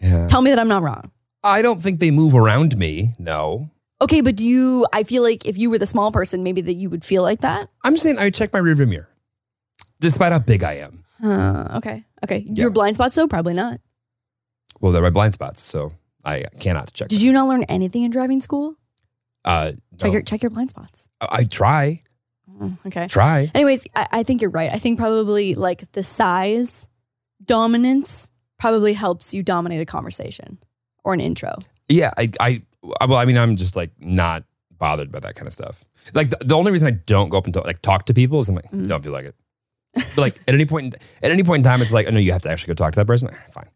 Speaker 4: Yeah.
Speaker 1: Tell me that I'm not wrong.
Speaker 4: I don't think they move around me. No,
Speaker 1: Okay, but do you? I feel like if you were the small person, maybe that you would feel like that.
Speaker 4: I'm just saying I check my rearview mirror, despite how big I am.
Speaker 1: Uh, okay. Okay.
Speaker 4: Yeah.
Speaker 1: Your blind spots, though? Probably not.
Speaker 4: Well, they're my blind spots, so I cannot check.
Speaker 1: Did you not learn anything in driving school?
Speaker 4: Uh,
Speaker 1: Check,
Speaker 4: no.
Speaker 1: your, check your blind spots.
Speaker 4: I I try.
Speaker 1: Oh, okay.
Speaker 4: Try.
Speaker 1: Anyways, I, I think you're right. I think probably like the size dominance probably helps you dominate a conversation or an intro.
Speaker 4: Yeah, I, I, I- well, I mean, I'm just like not bothered by that kind of stuff. Like the, the only reason I don't go up and talk, like talk to people is I'm like,
Speaker 1: Mhm.
Speaker 4: don't feel like it. But like at any point, in, at any point in time, it's like, oh no, you have to actually go talk to that person. Ah, Fine.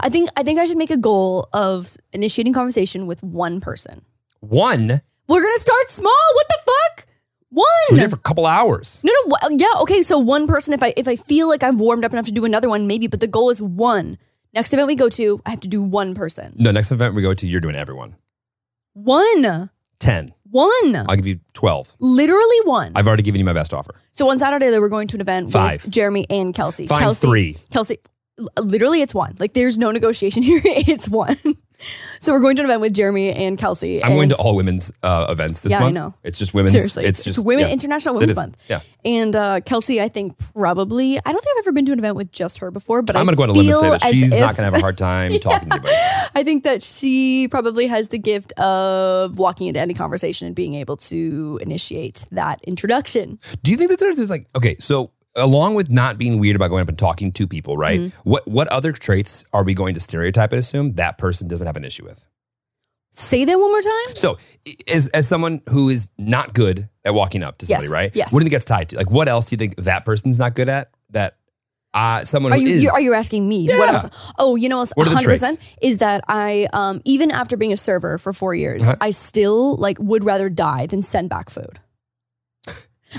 Speaker 1: I think I think I should make a goal of initiating conversation with one person.
Speaker 4: One,
Speaker 1: We're gonna start small. What the fuck?
Speaker 4: we're
Speaker 1: One.
Speaker 4: here for a couple hours.
Speaker 1: No, no, wh- yeah, okay. So one person, if I if I feel like I've warmed up enough to do another one, maybe. But the goal is one. Next event we go to, I have to do one person.
Speaker 4: No, next event we go to, you're doing everyone.
Speaker 1: One,
Speaker 4: Ten.
Speaker 1: one,
Speaker 4: I'll give you twelve.
Speaker 1: literally one.
Speaker 4: I've already given you my best offer.
Speaker 1: so on Saturday they were going to an event
Speaker 4: Five.
Speaker 1: with Jeremy and Kelsey.
Speaker 4: Find
Speaker 1: Kelsey,
Speaker 4: three.
Speaker 1: Kelsey, l- literally, it's one. Like there's no negotiation here. it's one. so we're going to an event with Jeremy and Kelsey.
Speaker 4: I'm going
Speaker 1: and-
Speaker 4: to all women's uh, events this
Speaker 1: Yeah, I
Speaker 4: month.
Speaker 1: know.
Speaker 4: It's just women's.
Speaker 1: Seriously,
Speaker 4: it's
Speaker 1: it's,
Speaker 4: just
Speaker 1: women
Speaker 4: yeah.
Speaker 1: International
Speaker 4: It
Speaker 1: Women's
Speaker 4: is.
Speaker 1: Month.
Speaker 4: Yeah.
Speaker 1: And uh, Kelsey, I think probably I don't think I've ever been to an event with just her before, but
Speaker 4: I'm
Speaker 1: I
Speaker 4: going to go on a limb and say
Speaker 1: feel
Speaker 4: that
Speaker 1: as
Speaker 4: she's
Speaker 1: if-
Speaker 4: not going to have a hard time talking to anybody.
Speaker 1: I think that she probably has the gift of walking into any conversation and being able to initiate that introduction.
Speaker 4: Do you think that there's, there's like okay, so along with not being weird about going up and talking to people, right?
Speaker 1: Mm-hmm.
Speaker 4: What what other traits are we going to stereotype and assume that person doesn't have an issue with?
Speaker 1: Say that one more time.
Speaker 4: So, i- as as someone who is not good at walking up to somebody,
Speaker 1: Yes,
Speaker 4: right?
Speaker 1: yes.
Speaker 4: What do you think that's tied to? Like, what else do you think that person's not good at that uh, someone
Speaker 1: Are
Speaker 4: who
Speaker 1: you,
Speaker 4: is?
Speaker 1: you are you asking me?
Speaker 4: Yeah.
Speaker 1: What else? Oh, you know, what
Speaker 4: What are the
Speaker 1: 100 percent is that I um, even after being a server for four years,
Speaker 4: Uh-huh.
Speaker 1: I still like would rather die than send back food.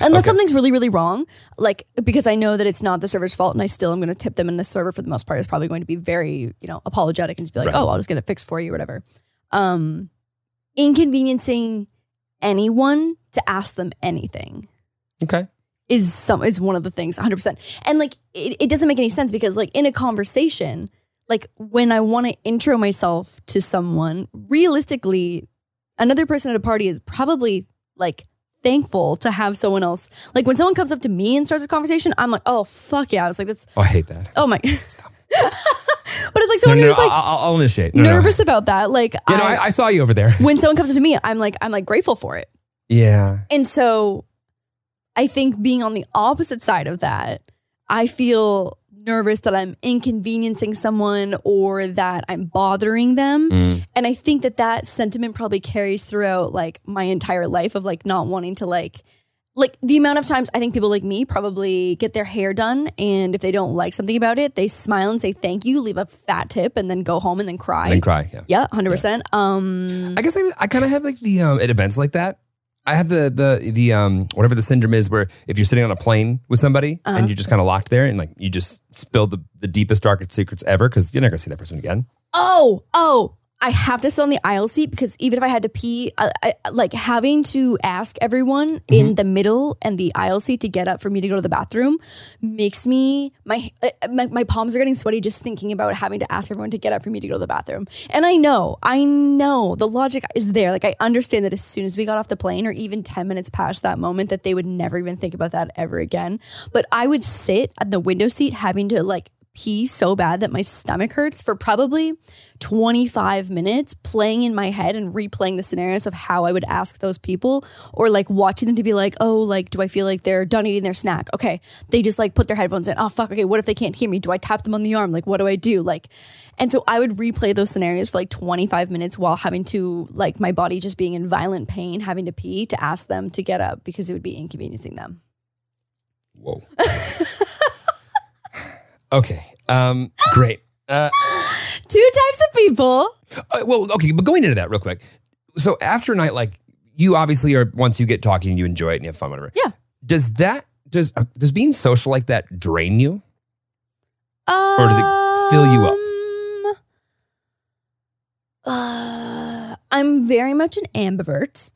Speaker 1: Unless
Speaker 4: Okay.
Speaker 1: something's really, really wrong, like because I know that it's not the server's fault, and I still am going to tip them, and the server for the most part is probably going to be very, you know, apologetic and just be like,
Speaker 4: Right.
Speaker 1: "Oh, I'll just get it fixed for you," whatever. Um, inconveniencing anyone to ask them anything
Speaker 4: okay.
Speaker 1: is some is one of the things 100% and like it, it doesn't make any sense because like in a conversation like when i want to intro myself to someone realistically another person at a party is probably like thankful to have someone else like when someone comes up to me and starts a conversation i'm like oh fuck yeah i was like that's
Speaker 4: Oh, I hate that.
Speaker 1: oh my but
Speaker 4: Stop.
Speaker 1: it's like
Speaker 4: No,
Speaker 1: someone
Speaker 4: no, no,
Speaker 1: who's
Speaker 4: I'll,
Speaker 1: like
Speaker 4: I'll- I'll initiate. No, no, no.
Speaker 1: nervous about that like
Speaker 4: Yeah, no,
Speaker 1: I,
Speaker 4: I, I saw you over there.
Speaker 1: when someone comes up to me i'm like i'm like grateful for it
Speaker 4: Yeah.
Speaker 1: And so I think being on the opposite side of that, I feel nervous that I'm inconveniencing someone or that I'm bothering them.
Speaker 4: Mm.
Speaker 1: And I think that that sentiment probably carries throughout like my entire life of like not wanting to like like the amount of times I think people like me probably get their hair done and if they don't like something about it, they smile and say thank you, leave a fat tip and then go home and then cry.
Speaker 4: And then cry. Yeah.
Speaker 1: yeah, 100%. Um
Speaker 4: I guess I, I kind of have like the um, at events like that. I have the the the um whatever the syndrome is where if you're sitting on a plane with somebody
Speaker 1: Uh-huh.
Speaker 4: and you're just kind of locked there and like you just spill the, the deepest darkest secrets ever because you're never gonna see that person again.
Speaker 1: oh, oh, I have to sit on the aisle seat because even if I had to pee, I, I, like having to ask everyone in the middle and the aisle seat to get up for me to go to the bathroom makes me my, uh, my my palms are getting sweaty just thinking about having to ask everyone to get up for me to go to the bathroom. And I know, I know the logic is there. Like I understand that as soon as we got off the plane or even 10 minutes past that moment that they would never even think about that ever again. But I would sit at the window seat having to like pee so bad that my stomach hurts for probably 25 minutes playing in my head and replaying the scenarios of how I would ask those people or like watching them to be like, oh, like, do I feel like they're done eating their snack? Okay. They just like put their headphones in. Oh, fuck. Okay. What if they can't hear me? Do I tap them on the arm? Like, what do I do? Like, and so I would replay those scenarios for like 25 minutes while having to, like, my body just being in violent pain, having to pee to ask them to get up because it would be inconveniencing them.
Speaker 4: Whoa. okay. Um. Great. Uh.
Speaker 1: Two types of people.
Speaker 4: Uh, well, okay, but going into that real quick. So after a night, like you obviously are, once you get talking, you enjoy it and you have fun, whatever.
Speaker 1: Yeah.
Speaker 4: Does that, does, uh, does being social like that drain you?
Speaker 1: or
Speaker 4: does it fill you up?
Speaker 1: Um, Uh, I'm very much an ambivert,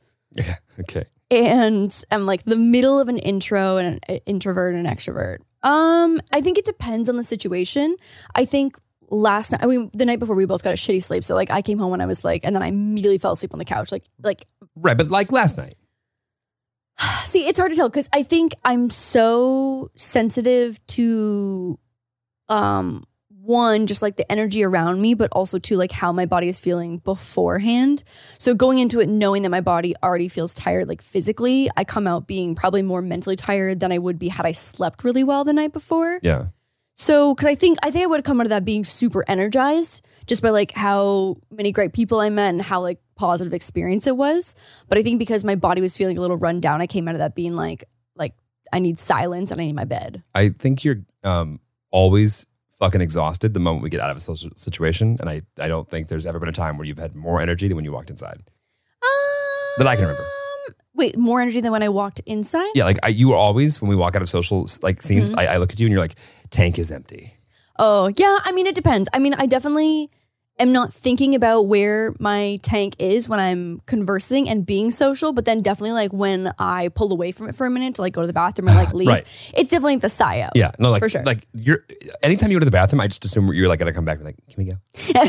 Speaker 4: Okay.
Speaker 1: and I'm like the middle of an intro and an introvert and an extrovert. Um, I think it depends on the situation. I think last night, I mean, the night before, we both got a shitty sleep, so like I came home and I was like, and then I immediately fell asleep on the couch, like like
Speaker 4: Right. But like last night,
Speaker 1: See, it's hard to tell because I think I'm so sensitive to um one, just like the energy around me, but also two, like how my body is feeling beforehand. So going into it knowing that my body already feels tired, like physically, I come out being probably more mentally tired than I would be had I slept really well the night before.
Speaker 4: Yeah.
Speaker 1: So, because I think I think I would have come out of that being super energized just by like how many great people I met and how like positive experience it was. But I think because my body was feeling a little run down, I came out of that being like like I need silence and I need my bed.
Speaker 4: I think you're um, always fucking exhausted the moment we get out of a social situation. And I, I don't think there's ever been a time where you've had more energy than when you walked inside. That I can remember.
Speaker 1: Um, Ah. Wait, more energy than when I walked inside?
Speaker 4: Yeah, like I, you were always when we walk out of social like scenes,
Speaker 1: Mm-hmm.
Speaker 4: I, I look at you and you're like, tank is empty.
Speaker 1: Oh, yeah. I mean, it depends. I mean, I definitely am not thinking about where my tank is when I'm conversing and being social, but then definitely like when I pull away from it for a minute to like go to the bathroom or like leave,
Speaker 4: Right.
Speaker 1: it's definitely the sigh out.
Speaker 4: Yeah, no, like
Speaker 1: For sure.
Speaker 4: like you're anytime you go to the bathroom, I just assume you're like gonna come back and be like, can we go?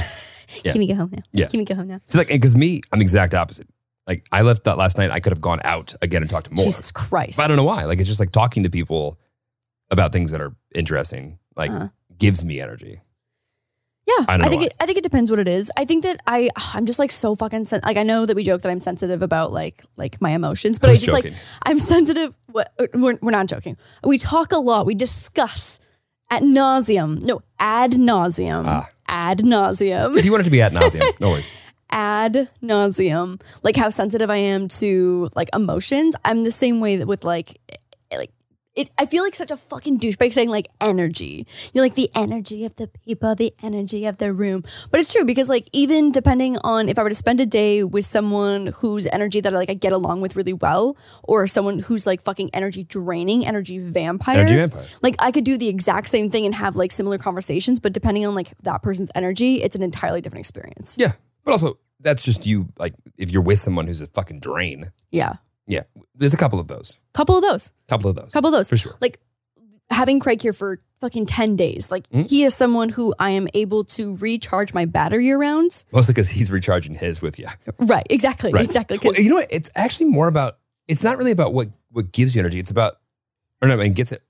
Speaker 4: Yeah.
Speaker 1: Can we go home now?
Speaker 4: Yeah.
Speaker 1: Can we go home now?
Speaker 4: So like, because me, I'm the exact opposite. Like I left that last night, I could have gone out again and talked more.
Speaker 1: Jesus Christ.
Speaker 4: But I don't know why. Like it's just like talking to people about things that are interesting, like
Speaker 1: Uh-huh.
Speaker 4: gives me energy.
Speaker 1: Yeah,
Speaker 4: I don't know
Speaker 1: think
Speaker 4: why.
Speaker 1: it, I think it depends what it is. I think that I ugh, I'm just like so fucking sen- like I know that we joke that I'm sensitive about like like my emotions, but I,
Speaker 4: Who's
Speaker 1: just
Speaker 4: joking?
Speaker 1: like I'm sensitive. What we're, we're not joking. We talk a lot. We discuss at nauseum. No, ad nauseum.
Speaker 4: Ah.
Speaker 1: Ad nauseum
Speaker 4: If you wanted to be at nauseum, no worries.
Speaker 1: ad nauseum like how sensitive i am to like emotions i'm the same way that with like eh, like it, I feel like such a fucking douchebag saying like energy. You're like the energy of the people, the energy of the room. But it's true because like even depending on if I were to spend a day with someone whose energy that I like I get along with really well, or someone who's like fucking energy draining, energy vampire.
Speaker 4: Energy vampire.
Speaker 1: Like I could do the exact same thing and have like similar conversations, but depending on like that person's energy, it's an entirely different experience.
Speaker 4: Yeah, but also that's just you. Like if you're with someone who's a fucking drain.
Speaker 1: yeah.
Speaker 4: Yeah, there's a couple of those.
Speaker 1: couple of those
Speaker 4: Couple of those.
Speaker 1: couple of those
Speaker 4: For sure.
Speaker 1: like having craig here for fucking 10 days like
Speaker 4: Mm.
Speaker 1: he is someone who i am able to recharge my battery around
Speaker 4: Mostly because he's recharging his with you.
Speaker 1: right exactly
Speaker 4: Right.
Speaker 1: exactly 'cause-
Speaker 4: Well, you know what? It's actually more about. It's not really about what what gives you energy. It's about, or no, I mean, gets it.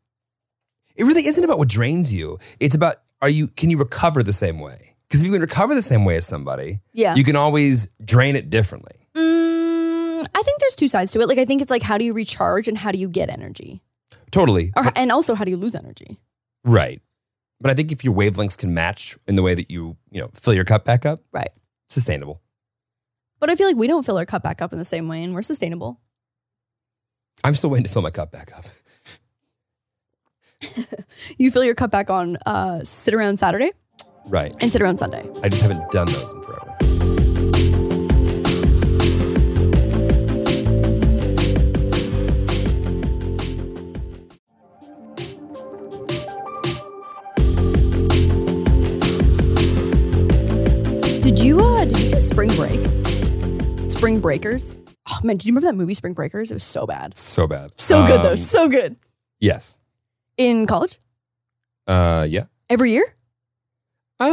Speaker 4: It really isn't about what drains you. It's about are you can you recover the same way? Because if you can recover the same way as somebody,
Speaker 1: yeah
Speaker 4: you can always drain it differently.
Speaker 1: mm, i think there's two sides to it like i think it's like how do you recharge and how do you get energy
Speaker 4: Totally.
Speaker 1: or, and also how do you lose energy
Speaker 4: Right. But I think if your wavelengths can match in the way that you you know fill your cup back up,
Speaker 1: Right.
Speaker 4: Sustainable.
Speaker 1: but i feel like we don't fill our cup back up in the same way and we're sustainable
Speaker 4: I'm still waiting to fill my cup back up.
Speaker 1: you fill your cup back on uh, sit around saturday
Speaker 4: Right.
Speaker 1: and sit around sunday
Speaker 4: I just haven't done those in forever.
Speaker 1: Did you uh did you do spring break? Spring Breakers? Oh man, do you remember that movie Spring Breakers? It was so bad.
Speaker 4: So bad.
Speaker 1: So good though.
Speaker 4: Um,
Speaker 1: So good.
Speaker 4: Yes.
Speaker 1: In college?
Speaker 4: Uh. Yeah.
Speaker 1: Every year?
Speaker 4: Um,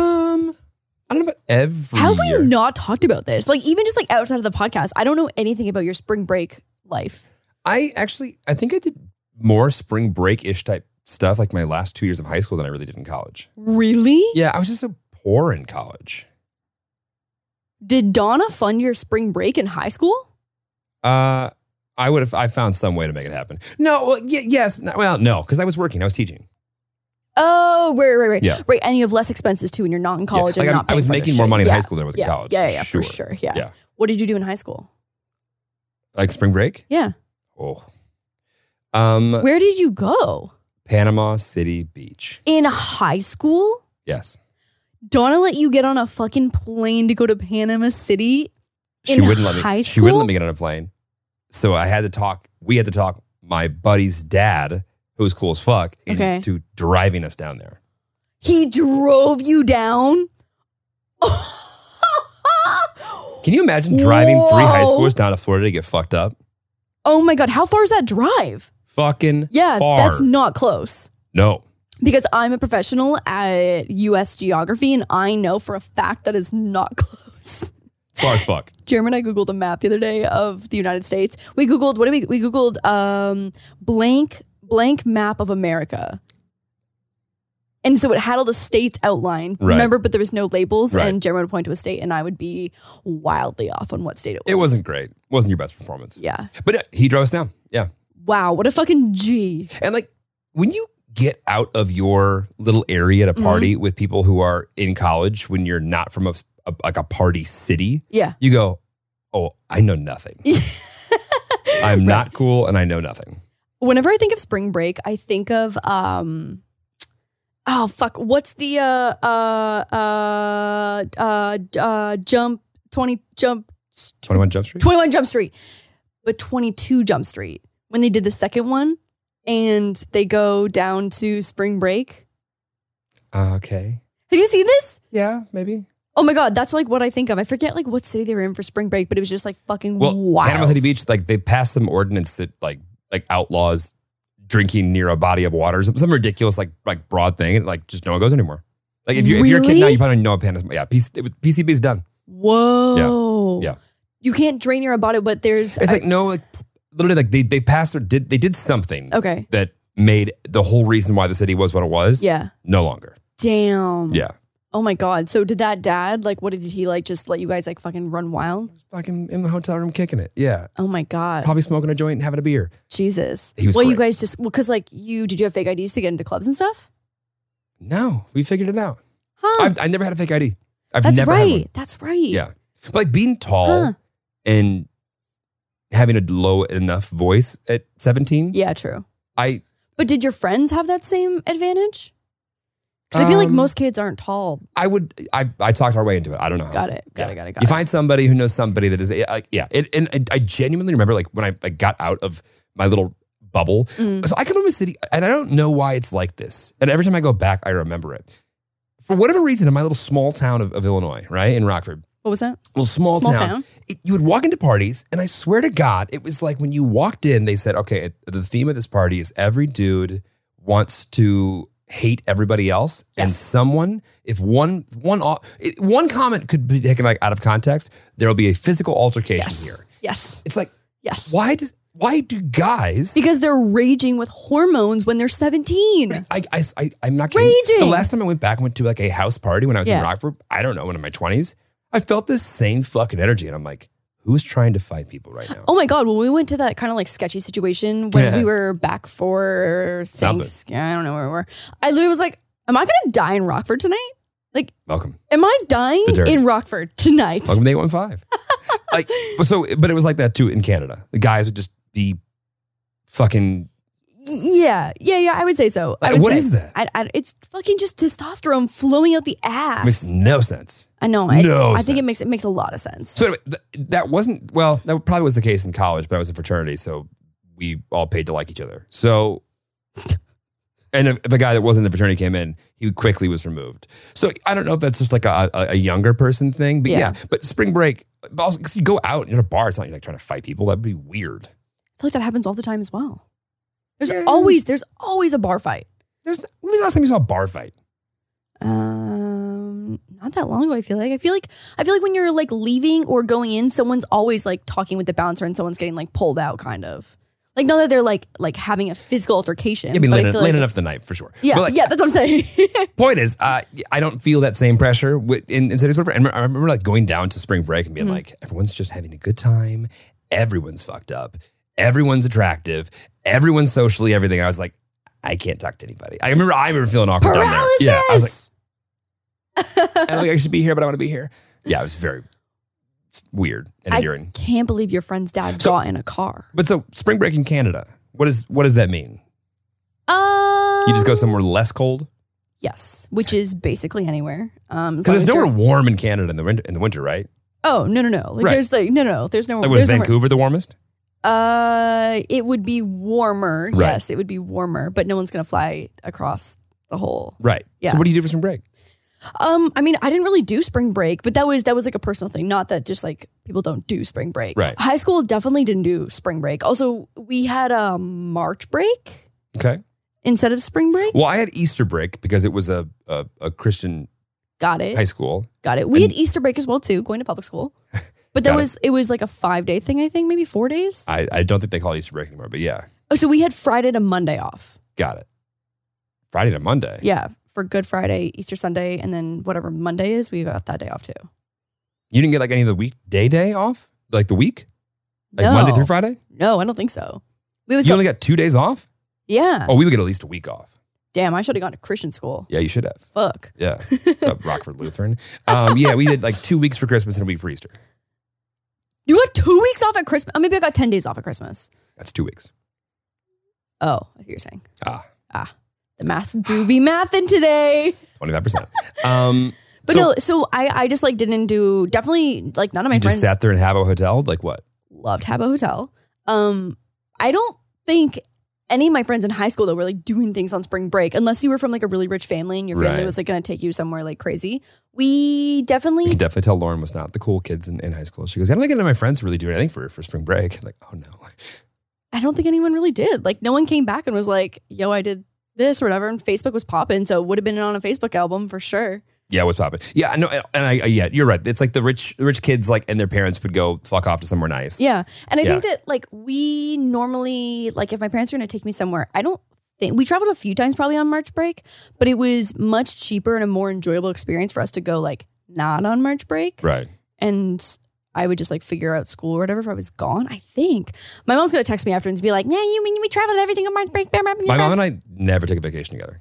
Speaker 4: I don't know about every
Speaker 1: How have
Speaker 4: year.
Speaker 1: we not talked about this? Like even just like outside of the podcast, I don't know anything about your spring break life.
Speaker 4: I actually, I think I did more spring break ish type stuff like my last two years of high school than I really did in college.
Speaker 1: Really?
Speaker 4: Yeah, I was just so poor in college.
Speaker 1: Did Donna fund your spring break in high school?
Speaker 4: Uh, I would have, I found some way to make it happen. No, well, y- yes, no, well, no, because I was working, I was teaching.
Speaker 1: Oh, right, right, right.
Speaker 4: Yeah.
Speaker 1: Right. And you have less expenses too, and you're not in college
Speaker 4: yeah.
Speaker 1: and
Speaker 4: like
Speaker 1: you're
Speaker 4: I'm-
Speaker 1: not
Speaker 4: I
Speaker 1: paying
Speaker 4: was
Speaker 1: for this
Speaker 4: making more
Speaker 1: shit.
Speaker 4: money in
Speaker 1: yeah.
Speaker 4: high school than I was
Speaker 1: yeah.
Speaker 4: in college.
Speaker 1: Yeah, yeah, yeah, for sure. Yeah.
Speaker 4: Yeah.
Speaker 1: What did you do in high school?
Speaker 4: Like spring break.
Speaker 1: Yeah.
Speaker 4: Oh, um,
Speaker 1: Where did you go?
Speaker 4: Panama City Beach.
Speaker 1: In high school?
Speaker 4: Yes,
Speaker 1: Donna let you get on a fucking plane to go to Panama City.
Speaker 4: she
Speaker 1: In
Speaker 4: wouldn't let me.
Speaker 1: high
Speaker 4: She wouldn't
Speaker 1: school?
Speaker 4: let me get on a plane. So I had to talk. We had to talk my buddy's dad, who was cool as fuck,
Speaker 1: Okay.
Speaker 4: into driving us down there.
Speaker 1: He drove you down.
Speaker 4: Can you imagine driving three high
Speaker 1: Whoa.
Speaker 4: schoolers down to Florida to get fucked up?
Speaker 1: oh my god, how far is that drive?
Speaker 4: Fucking
Speaker 1: Yeah,
Speaker 4: far.
Speaker 1: that's not close.
Speaker 4: no.
Speaker 1: Because I'm a professional at US geography and I know for a fact that is not close.
Speaker 4: It's far as fuck.
Speaker 1: Jeremy and I googled a map the other day of the United States. We googled what did we we googled um blank blank map of America. And so it had all the states outlined,
Speaker 4: Right.
Speaker 1: remember, but there was no labels.
Speaker 4: Right.
Speaker 1: And Jeremy would point to a state, and I would be wildly off on what state it was.
Speaker 4: It wasn't great. wasn't your best performance.
Speaker 1: Yeah.
Speaker 4: But uh, he drove us down. Yeah.
Speaker 1: Wow. What a fucking G.
Speaker 4: And like when you get out of your little area to party with people who are in college when you're not from a, a- like a party city,
Speaker 1: Yeah.
Speaker 4: you go, "Oh, I know nothing. I'm not cool and I know nothing."
Speaker 1: Whenever I think of spring break, I think of um oh fuck, what's the uh uh uh uh, uh jump 20 jump
Speaker 4: 21 Jump Street?
Speaker 1: 21 Jump Street, but 22 Jump Street when they did the second one and they go down to spring break.
Speaker 4: Uh, okay.
Speaker 1: Have you seen this?
Speaker 4: Yeah, maybe.
Speaker 1: Oh my god, that's like what I think of. I forget like what city they were in for spring break, but it was just like fucking
Speaker 4: Well,
Speaker 1: wild.
Speaker 4: Panama City Beach like they passed some ordinance that like like outlaws drinking near a body of water, some, some ridiculous like like broad thing and like just no one goes anymore. Like if, you, if you're a kid
Speaker 1: Really?
Speaker 4: now, you probably know a Panama. Yeah, PC, it was- PCB's done.
Speaker 1: Whoa.
Speaker 4: Yeah.
Speaker 1: You can't drain your body, but there's
Speaker 4: It's like no, like literally, like they they passed or did they did something
Speaker 1: okay.
Speaker 4: that made the whole reason why the city was what it was
Speaker 1: Yeah.
Speaker 4: no longer.
Speaker 1: Damn.
Speaker 4: Yeah,
Speaker 1: Oh my god. So did that dad like what did he like just let you guys like fucking run wild?
Speaker 4: fucking in the hotel room kicking it. Yeah,
Speaker 1: Oh my god.
Speaker 4: probably smoking a joint and having a beer.
Speaker 1: Jesus.
Speaker 4: He was
Speaker 1: well, you
Speaker 4: great.
Speaker 1: guys just well, cuz like you did you have fake IDs to get into clubs and stuff?
Speaker 4: No, we figured it out.
Speaker 1: Huh.
Speaker 4: I've, I never had a fake ID. I've
Speaker 1: That's
Speaker 4: never had one.
Speaker 1: right. That's right.
Speaker 4: Yeah. But like being tall
Speaker 1: Huh.
Speaker 4: and having a low enough voice at 17,
Speaker 1: Yeah, true.
Speaker 4: I
Speaker 1: But did your friends have that same advantage? Cuz I feel like
Speaker 4: Um,
Speaker 1: most kids aren't tall.
Speaker 4: I would I I talked our way into it. I don't know. how.
Speaker 1: Got it. Got
Speaker 4: oh, Yeah.
Speaker 1: it. Got it. Got
Speaker 4: you
Speaker 1: it.
Speaker 4: find somebody who knows somebody that is yeah, like yeah. It, and I, I genuinely remember like when I, I got out of my little bubble.
Speaker 1: Mm.
Speaker 4: So I come from a city and I don't know why it's like this. And every time I go back, I remember it. For whatever reason, in my little small town of, of Illinois, right? In Rockford.
Speaker 1: What was that?
Speaker 4: Little small,
Speaker 1: Small
Speaker 4: town.
Speaker 1: town.
Speaker 4: it, you would walk into parties, and I swear to God, it was like when you walked in, they said, okay, the theme of this party is every dude wants to hate everybody else, and
Speaker 1: Yes.
Speaker 4: someone, if one one au- it, one comment could be taken like out of context, there will be a physical altercation
Speaker 1: Yes.
Speaker 4: here.
Speaker 1: Yes.
Speaker 4: It's like
Speaker 1: Yes.
Speaker 4: why does why do guys?
Speaker 1: Because they're raging with hormones when they're 17.
Speaker 4: I, I, I, I'm not kidding.
Speaker 1: Raging.
Speaker 4: The last time I went back, I went to like a house party when I was
Speaker 1: Yeah.
Speaker 4: in Rockford. I don't know, when in my 20s, I felt this same fucking energy. And I'm like, who's trying to fight people right now?
Speaker 1: Oh my god! When we went to that kind of like sketchy situation when
Speaker 4: Yeah.
Speaker 1: we were back for
Speaker 4: Something.
Speaker 1: things, I don't know where we were. I literally was like, "Am I gonna die in Rockford tonight?
Speaker 4: Welcome.
Speaker 1: Am I dying
Speaker 4: The dirty.
Speaker 1: in Rockford tonight?"
Speaker 4: Welcome to 815. like, but so, but it was like that too in Canada. The guys would just be fucking,
Speaker 1: Yeah, yeah, yeah. I would say so. I
Speaker 4: Like,
Speaker 1: would
Speaker 4: what
Speaker 1: say-
Speaker 4: is that?
Speaker 1: I, I, it's fucking just testosterone flowing out the ass.
Speaker 4: makes no sense.
Speaker 1: I know. I,
Speaker 4: no
Speaker 1: I think it
Speaker 4: sense.
Speaker 1: makes it makes a lot of sense.
Speaker 4: So anyway, th- that wasn't, well, that probably was the case in college, but I was a fraternity. So we all paid to like each other. So, and if, if a guy that wasn't in the fraternity came in, he quickly was removed. So I don't know if that's just like a, a, a younger person thing, but yeah.
Speaker 1: Yeah.
Speaker 4: But spring break, but also, 'cause you go out and you're at a bar, it's not like trying to fight people. That'd be weird.
Speaker 1: I feel like that happens all the time as well. There's
Speaker 4: Yeah.
Speaker 1: always there's always a bar fight.
Speaker 4: There's, when was the last time you saw a bar fight?
Speaker 1: Um, not that long ago. I feel like I feel like I feel like when you're like leaving or going in, someone's always like talking with the bouncer, and someone's getting like pulled out, kind of. Like not that they're like like having a physical altercation.
Speaker 4: Yeah, I mean,
Speaker 1: but
Speaker 4: late,
Speaker 1: I feel
Speaker 4: late
Speaker 1: like
Speaker 4: enough the night for sure.
Speaker 1: Yeah,
Speaker 4: But, like,
Speaker 1: yeah, that's what I'm saying.
Speaker 4: Point is, uh, I don't feel that same pressure with, in, in cities. whatever. And I remember like going down to spring break and being
Speaker 1: Mhm.
Speaker 4: like, everyone's just having a good time. Everyone's fucked up. Everyone's attractive. Everyone's socially everything. I was like, I can't talk to anybody. I remember, I remember feeling awkward down
Speaker 1: Paralysis.
Speaker 4: there. Yeah, I was like, I don't think I should be here, but I want to be here. Yeah, it was very it's weird and
Speaker 1: I-
Speaker 4: endearing.
Speaker 1: Can't believe your friend's dad
Speaker 4: So-
Speaker 1: got in a car.
Speaker 4: But so spring break in Canada, what is what does that mean?
Speaker 1: Um,
Speaker 4: You just go somewhere less cold
Speaker 1: Yes, which is basically anywhere. Um, as long
Speaker 4: because
Speaker 1: as
Speaker 4: there's nowhere
Speaker 1: you're-
Speaker 4: warm in Canada in the winter. In the winter, right?
Speaker 1: Oh no no no! Like
Speaker 4: Right.
Speaker 1: there's like no no no. There's no.
Speaker 4: Like, was
Speaker 1: Oh, there's nowhere-
Speaker 4: Vancouver the warmest?
Speaker 1: Uh, it would be warmer.
Speaker 4: Right.
Speaker 1: Yes, it would be warmer, but no one's gonna fly across the whole.
Speaker 4: Right.
Speaker 1: Yeah.
Speaker 4: So what do you do for spring break?
Speaker 1: Um, I mean, I didn't really do spring break, but that was that was like a personal thing. Not that just like people don't do spring break.
Speaker 4: Right.
Speaker 1: High school definitely didn't do spring break. Also, we had a March break
Speaker 4: Okay.
Speaker 1: instead of spring break.
Speaker 4: Well, I had Easter break because it was a a, a Christian
Speaker 1: Got it.
Speaker 4: high school.
Speaker 1: Got it. We
Speaker 4: and-
Speaker 1: had Easter break as well too, going to public school. But that
Speaker 4: Got it.
Speaker 1: was it was like a five day thing. I think maybe four days.
Speaker 4: I, I don't think they call it Easter break anymore, but yeah,
Speaker 1: Oh, so we had Friday to Monday off.
Speaker 4: got it. Friday to Monday.
Speaker 1: Yeah, for Good Friday, Easter Sunday, and then whatever Monday is, we got that day off too.
Speaker 4: You didn't get like any of the weekday day off, like the week, like
Speaker 1: no.
Speaker 4: Monday through Friday.
Speaker 1: No, I don't think so. We was
Speaker 4: You
Speaker 1: go- Uh.
Speaker 4: only got two days off.
Speaker 1: yeah.
Speaker 4: Oh, we would get at least a week off.
Speaker 1: Damn, I should have gone to Christian school.
Speaker 4: Yeah, you should have.
Speaker 1: Fuck.
Speaker 4: Yeah, Uh, Rockford Lutheran. Um, yeah, we did like two weeks for Christmas and a week for Easter.
Speaker 1: You got two weeks off at Christmas. Oh, maybe I got ten days off at Christmas.
Speaker 4: That's two weeks.
Speaker 1: Oh, I see what you're saying.
Speaker 4: Ah.
Speaker 1: ah, the math do be mathing today.
Speaker 4: Twenty five percent. Um,
Speaker 1: But
Speaker 4: so
Speaker 1: no, so I I just like didn't do definitely like none of my
Speaker 4: you
Speaker 1: friends
Speaker 4: just sat there and have a hotel. Like what?
Speaker 1: loved Habbo Hotel. Um, I don't think any of my friends in high school though were like doing things on spring break, unless you were from like a really rich family and your family
Speaker 4: Right.
Speaker 1: was like going to take you somewhere like crazy. We
Speaker 4: You
Speaker 1: definitely
Speaker 4: can definitely tell Lauren was not the cool kids in, in high school. She goes, I don't think any of my friends really do anything for for spring break. Like, oh no.
Speaker 1: I don't think anyone really did. Like no one came back and was like, "Yo, I did this or whatever." And Facebook was popping, so it would have been on a Facebook album for sure.
Speaker 4: Yeah, what's popping? Yeah, no, and I yeah, you're right. It's like the rich the rich kids like and their parents would go fuck off to somewhere nice.
Speaker 1: Yeah, and I think that like we normally like if my parents were going to take me somewhere, I don't think we traveled a few times probably on March break, but it was much cheaper and a more enjoyable experience for us to go like not on March break.
Speaker 4: Right.
Speaker 1: and I would just like figure out school or whatever if I was gone. I think my mom's gonna text me after and be like, "Yeah, you mean we traveled everything on March break?" Bam, bam, bam,
Speaker 4: My mom
Speaker 1: bam."
Speaker 4: and I never took a vacation together.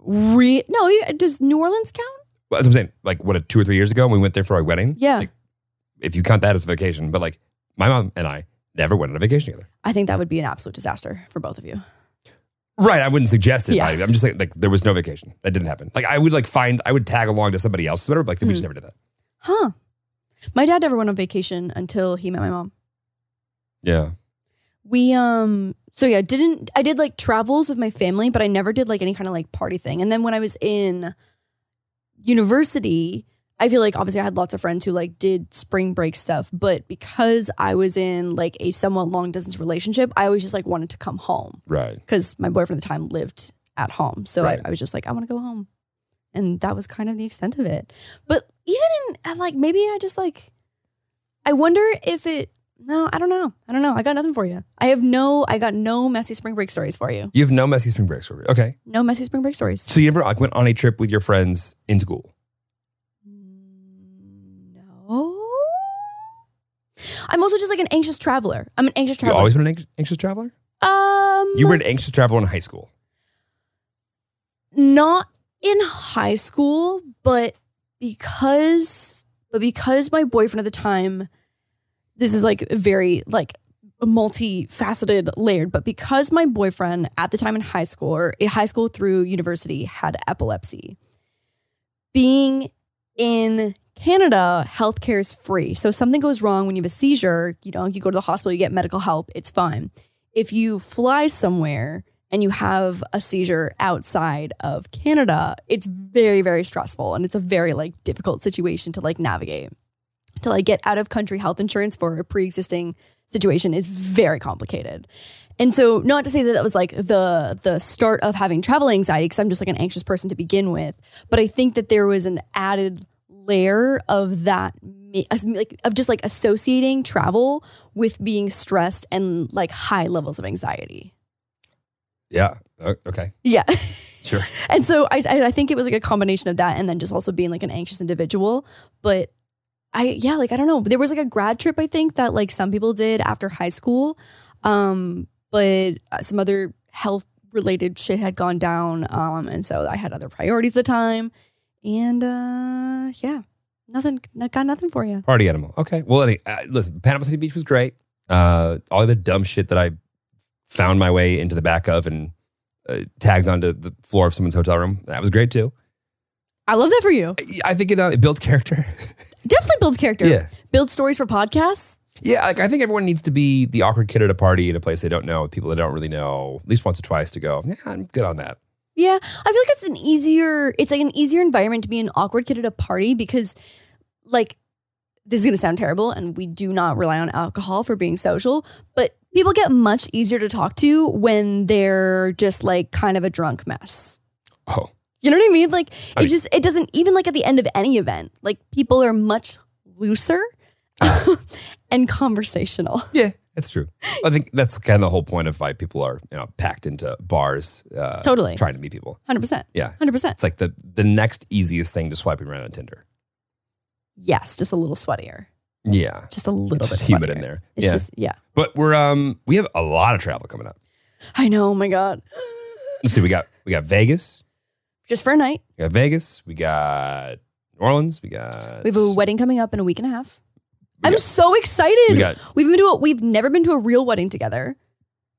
Speaker 1: Re- no, you- does New Orleans count?
Speaker 4: Well, that's what I'm saying. Like what two or three years ago when we went there for our wedding.
Speaker 1: Yeah,
Speaker 4: Like- If you count that as a vacation, but like my mom and I never went on a vacation together.
Speaker 1: I think that would be an absolute disaster for both of you.
Speaker 4: Right, I wouldn't suggest it.
Speaker 1: Yeah.
Speaker 4: I, am just like like there was no vacation. That didn't happen. Like I would like find I would tag along to somebody else, whatever. Like
Speaker 1: Hmm.
Speaker 4: we just never did that.
Speaker 1: Huh? My dad never went on vacation until he met my mom.
Speaker 4: Yeah,
Speaker 1: We um so yeah, didn't I did like travels with my family, but I never did like any kind of like party thing. And then when I was in university, I feel like obviously I had lots of friends who like did spring break stuff, but because I was in like a somewhat long distance relationship, I always just like wanted to come home
Speaker 4: right.
Speaker 1: because my boyfriend at the time lived at home. So
Speaker 4: Right.
Speaker 1: I, I was just like, I want to go home. And that was kind of the extent of it. But even in and like maybe I just like I wonder if it no, I don't know. I don't know. I got nothing for you. I have no I got no messy spring break stories for you.
Speaker 4: You have no messy spring break story. Okay,
Speaker 1: No messy spring break stories.
Speaker 4: so you never like went on a trip with your friends in school.
Speaker 1: No. I'm also just like an anxious traveler. I'm an anxious
Speaker 4: You
Speaker 1: traveler.
Speaker 4: always been an anx- anxious traveler.
Speaker 1: um
Speaker 4: You were an anxious traveler in high school.
Speaker 1: not in high school, but because but because my boyfriend at the time, this is like very like multifaceted layered, but because my boyfriend at the time in high school or in high school through university had epilepsy, being in Canada, healthcare is free. So if something goes wrong when you have a seizure, you know, you go to the hospital, you get medical help, it's fine. If you fly somewhere and you have a seizure outside of Canada, it's very, very stressful and it's a very like difficult situation to like navigate. To like get out of country health insurance for a pre-existing situation is very complicated. And so not to say that that was like the the start of having travel anxiety because I'm just like an anxious person to begin with, but I think that there was an added layer of that ma- as- like of just like associating travel with being stressed and like high levels of anxiety.
Speaker 4: Yeah. O- Okay.
Speaker 1: Yeah.
Speaker 4: Sure.
Speaker 1: and so I, I I think it was like a combination of that and then just also being like an anxious individual. But I, yeah, like I don't know. There was like a grad trip, I think, that like some people did after high school. Um, but uh, some other health related shit had gone down. Um, and so I had other priorities at the time. And uh, yeah, nothing, got nothing for you.
Speaker 4: Party animal. Okay. Well, any, uh, listen, Panama City Beach was great. Uh, all the dumb shit that I found my way into the back of and uh, tagged onto the floor of someone's hotel room. That was great too.
Speaker 1: I love that for you.
Speaker 4: I- I think it, uh, it builds character.
Speaker 1: Definitely builds character.
Speaker 4: yeah.
Speaker 1: Builds stories for podcasts.
Speaker 4: Yeah, like I think everyone needs to be the awkward kid at a party in a place they don't know, with people they don't really know, at least once or twice to go. Yeah, I'm good on that.
Speaker 1: Yeah, I feel like it's an easier. It's like an easier environment to be an awkward kid at a party because, like, this is gonna sound terrible, and we do not rely on alcohol for being social, but people get much easier to talk to when they're just like kind of a drunk mess.
Speaker 4: Oh,
Speaker 1: You know what I mean? Like, it
Speaker 4: I mean-
Speaker 1: just it doesn't even like at the end of any event, like people are much looser
Speaker 4: Uh-huh.
Speaker 1: and conversational.
Speaker 4: Yeah, that's true. I think that's kind of the whole point of why people are you know packed into bars, uh,
Speaker 1: Totally.
Speaker 4: trying to meet people.
Speaker 1: 100%.
Speaker 4: Yeah,
Speaker 1: 100%.
Speaker 4: it's like the the next easiest thing to swiping around on Tinder.
Speaker 1: Yes, just a little sweatier.
Speaker 4: Yeah,
Speaker 1: Just a little
Speaker 4: it's
Speaker 1: bit
Speaker 4: humid
Speaker 1: sweatier.
Speaker 4: in there.
Speaker 1: It's
Speaker 4: yeah,
Speaker 1: just, yeah.
Speaker 4: but we're um we have a lot of travel coming up.
Speaker 1: I know. Oh my God.
Speaker 4: Let's see, we got we got Vegas,
Speaker 1: Just for a night.
Speaker 4: we got Vegas, we got New Orleans, we got
Speaker 1: We have a wedding coming up in a week and a half.
Speaker 4: We
Speaker 1: I'm
Speaker 4: got-
Speaker 1: so excited.
Speaker 4: we got
Speaker 1: We've been to a, we've never been to a real wedding together,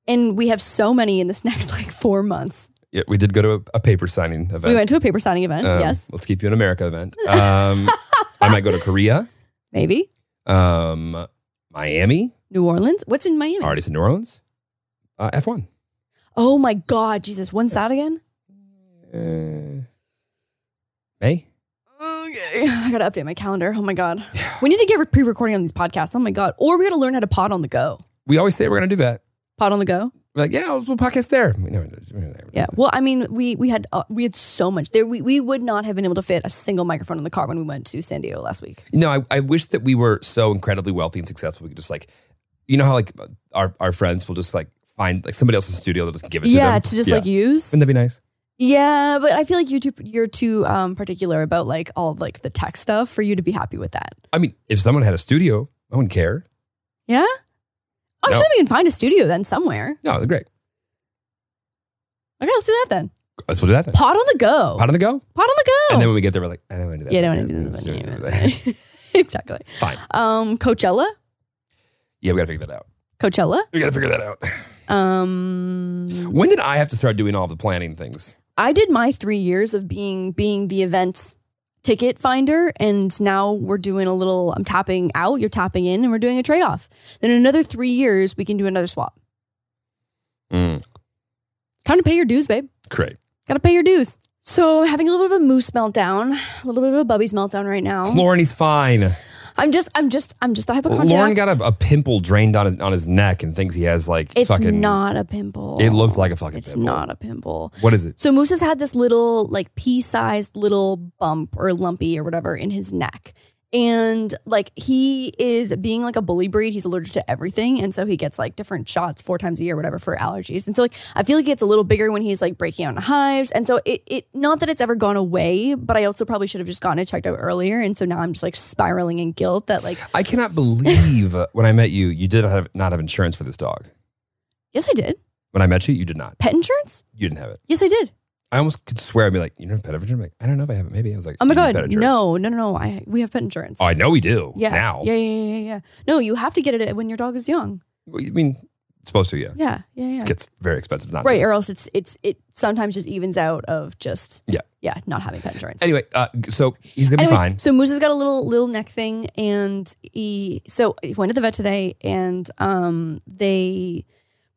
Speaker 1: and we have so many in this next like four months.
Speaker 4: yeah, we did go to a, a paper signing event.
Speaker 1: We went to a paper signing event.
Speaker 4: Um,
Speaker 1: yes,
Speaker 4: Let's keep you in America event. Um, I might go to Korea,
Speaker 1: maybe
Speaker 4: um, Miami.
Speaker 1: New Orleans. What's in Miami?
Speaker 4: Already said New Orleans. Uh, F one.
Speaker 1: Oh my God, Jesus! When's that again?
Speaker 4: Uh,
Speaker 1: Okay,
Speaker 4: May.
Speaker 1: I gotta update my calendar. Oh my God, we need to get pre-recording on these podcasts. Oh my God, or we gotta learn how to pod on the go.
Speaker 4: We always say we're gonna do that.
Speaker 1: Pod on the go.
Speaker 4: We're like, yeah, we'll we'll podcast there. We never, we never-
Speaker 1: Yeah. Well, I mean, we we had uh, we had so much there. We we would not have been able to fit a single microphone in the car when we went to San Diego last week.
Speaker 4: No, I, I wish that we were so incredibly wealthy and successful. We could just like, you know how like our, our friends will just like find like somebody else's studio, they'll just give it to
Speaker 1: yeah,
Speaker 4: them.
Speaker 1: to just
Speaker 4: Yeah.
Speaker 1: like use.
Speaker 4: Wouldn't that be nice?
Speaker 1: Yeah, but I feel like you too, you're too um, particular about like all of, like the tech stuff for you to be happy with that.
Speaker 4: I mean, if someone had a studio, I wouldn't care.
Speaker 1: Yeah. I'm
Speaker 4: No.
Speaker 1: sure we can find a studio then somewhere.
Speaker 4: No, they're great.
Speaker 1: Okay, let's do that then.
Speaker 4: Let's do that then.
Speaker 1: Pod on the go.
Speaker 4: Pot on the go.
Speaker 1: Pod on the go.
Speaker 4: And then when we get there, we're like, I don't want to do that.
Speaker 1: yeah, I don't want to do that. exactly.
Speaker 4: Fine.
Speaker 1: Um, Coachella.
Speaker 4: Yeah, we got to figure that out.
Speaker 1: Coachella.
Speaker 4: We got to figure that out.
Speaker 1: Um,
Speaker 4: When did I have to start doing all the planning things?
Speaker 1: I did my three years of being being the event ticket finder, and now we're doing a little. I'm tapping out. You're tapping in, and we're doing a trade off. Then in another three years, we can do another swap.
Speaker 4: Mm,
Speaker 1: Time to pay your dues, babe.
Speaker 4: great.
Speaker 1: Gotta pay your dues. So I'm having a little bit of a moose meltdown, a little bit of a bubby's meltdown right now.
Speaker 4: Lauren, he's fine.
Speaker 1: I'm just, I'm just, I'm just a hypochondriac.
Speaker 4: Lauren got a, a pimple drained on his, on his neck and thinks he has like
Speaker 1: it's
Speaker 4: fucking.
Speaker 1: not a pimple.
Speaker 4: It looks like a fucking
Speaker 1: It's
Speaker 4: pimple.
Speaker 1: not a pimple.
Speaker 4: What is it?
Speaker 1: So Moose has had this little, like pea-sized little bump or lumpy or whatever in his neck, and like he is being like a bully breed. He's allergic to everything, and so he gets like different shots four times a year, or whatever, for allergies. And so like I feel like it gets a little bigger when he's like breaking out in hives, and so it it not that it's ever gone away, but I also probably should have just gotten it checked out earlier, and so now I'm just like spiraling in guilt that like
Speaker 4: I cannot believe uh, when I met you, you did have, not have insurance for this dog.
Speaker 1: yes I did
Speaker 4: When I met you, you did not.
Speaker 1: pet insurance
Speaker 4: You didn't have it.
Speaker 1: yes I did
Speaker 4: I almost could swear I'd be like, you don't have pet insurance? I'm like, I don't know if I have it. Maybe I was like,
Speaker 1: oh my
Speaker 4: "You have pet
Speaker 1: god
Speaker 4: insurance."
Speaker 1: no no no no I we have pet insurance
Speaker 4: Oh, I know we do.
Speaker 1: Yeah.
Speaker 4: Now.
Speaker 1: Yeah, yeah, yeah, yeah, yeah. No, you have to get it when your dog is young.
Speaker 4: Well, I mean, it's supposed to, yeah.
Speaker 1: Yeah, yeah, yeah.
Speaker 4: It gets very expensive not to.
Speaker 1: Right, or else it's it's it sometimes just evens out of just
Speaker 4: Yeah.
Speaker 1: yeah not having pet insurance.
Speaker 4: Anyway, uh, so he's going to be
Speaker 1: Anyways,
Speaker 4: fine.
Speaker 1: so Moose has got a little little neck thing, and he so he went to the vet today, and um they.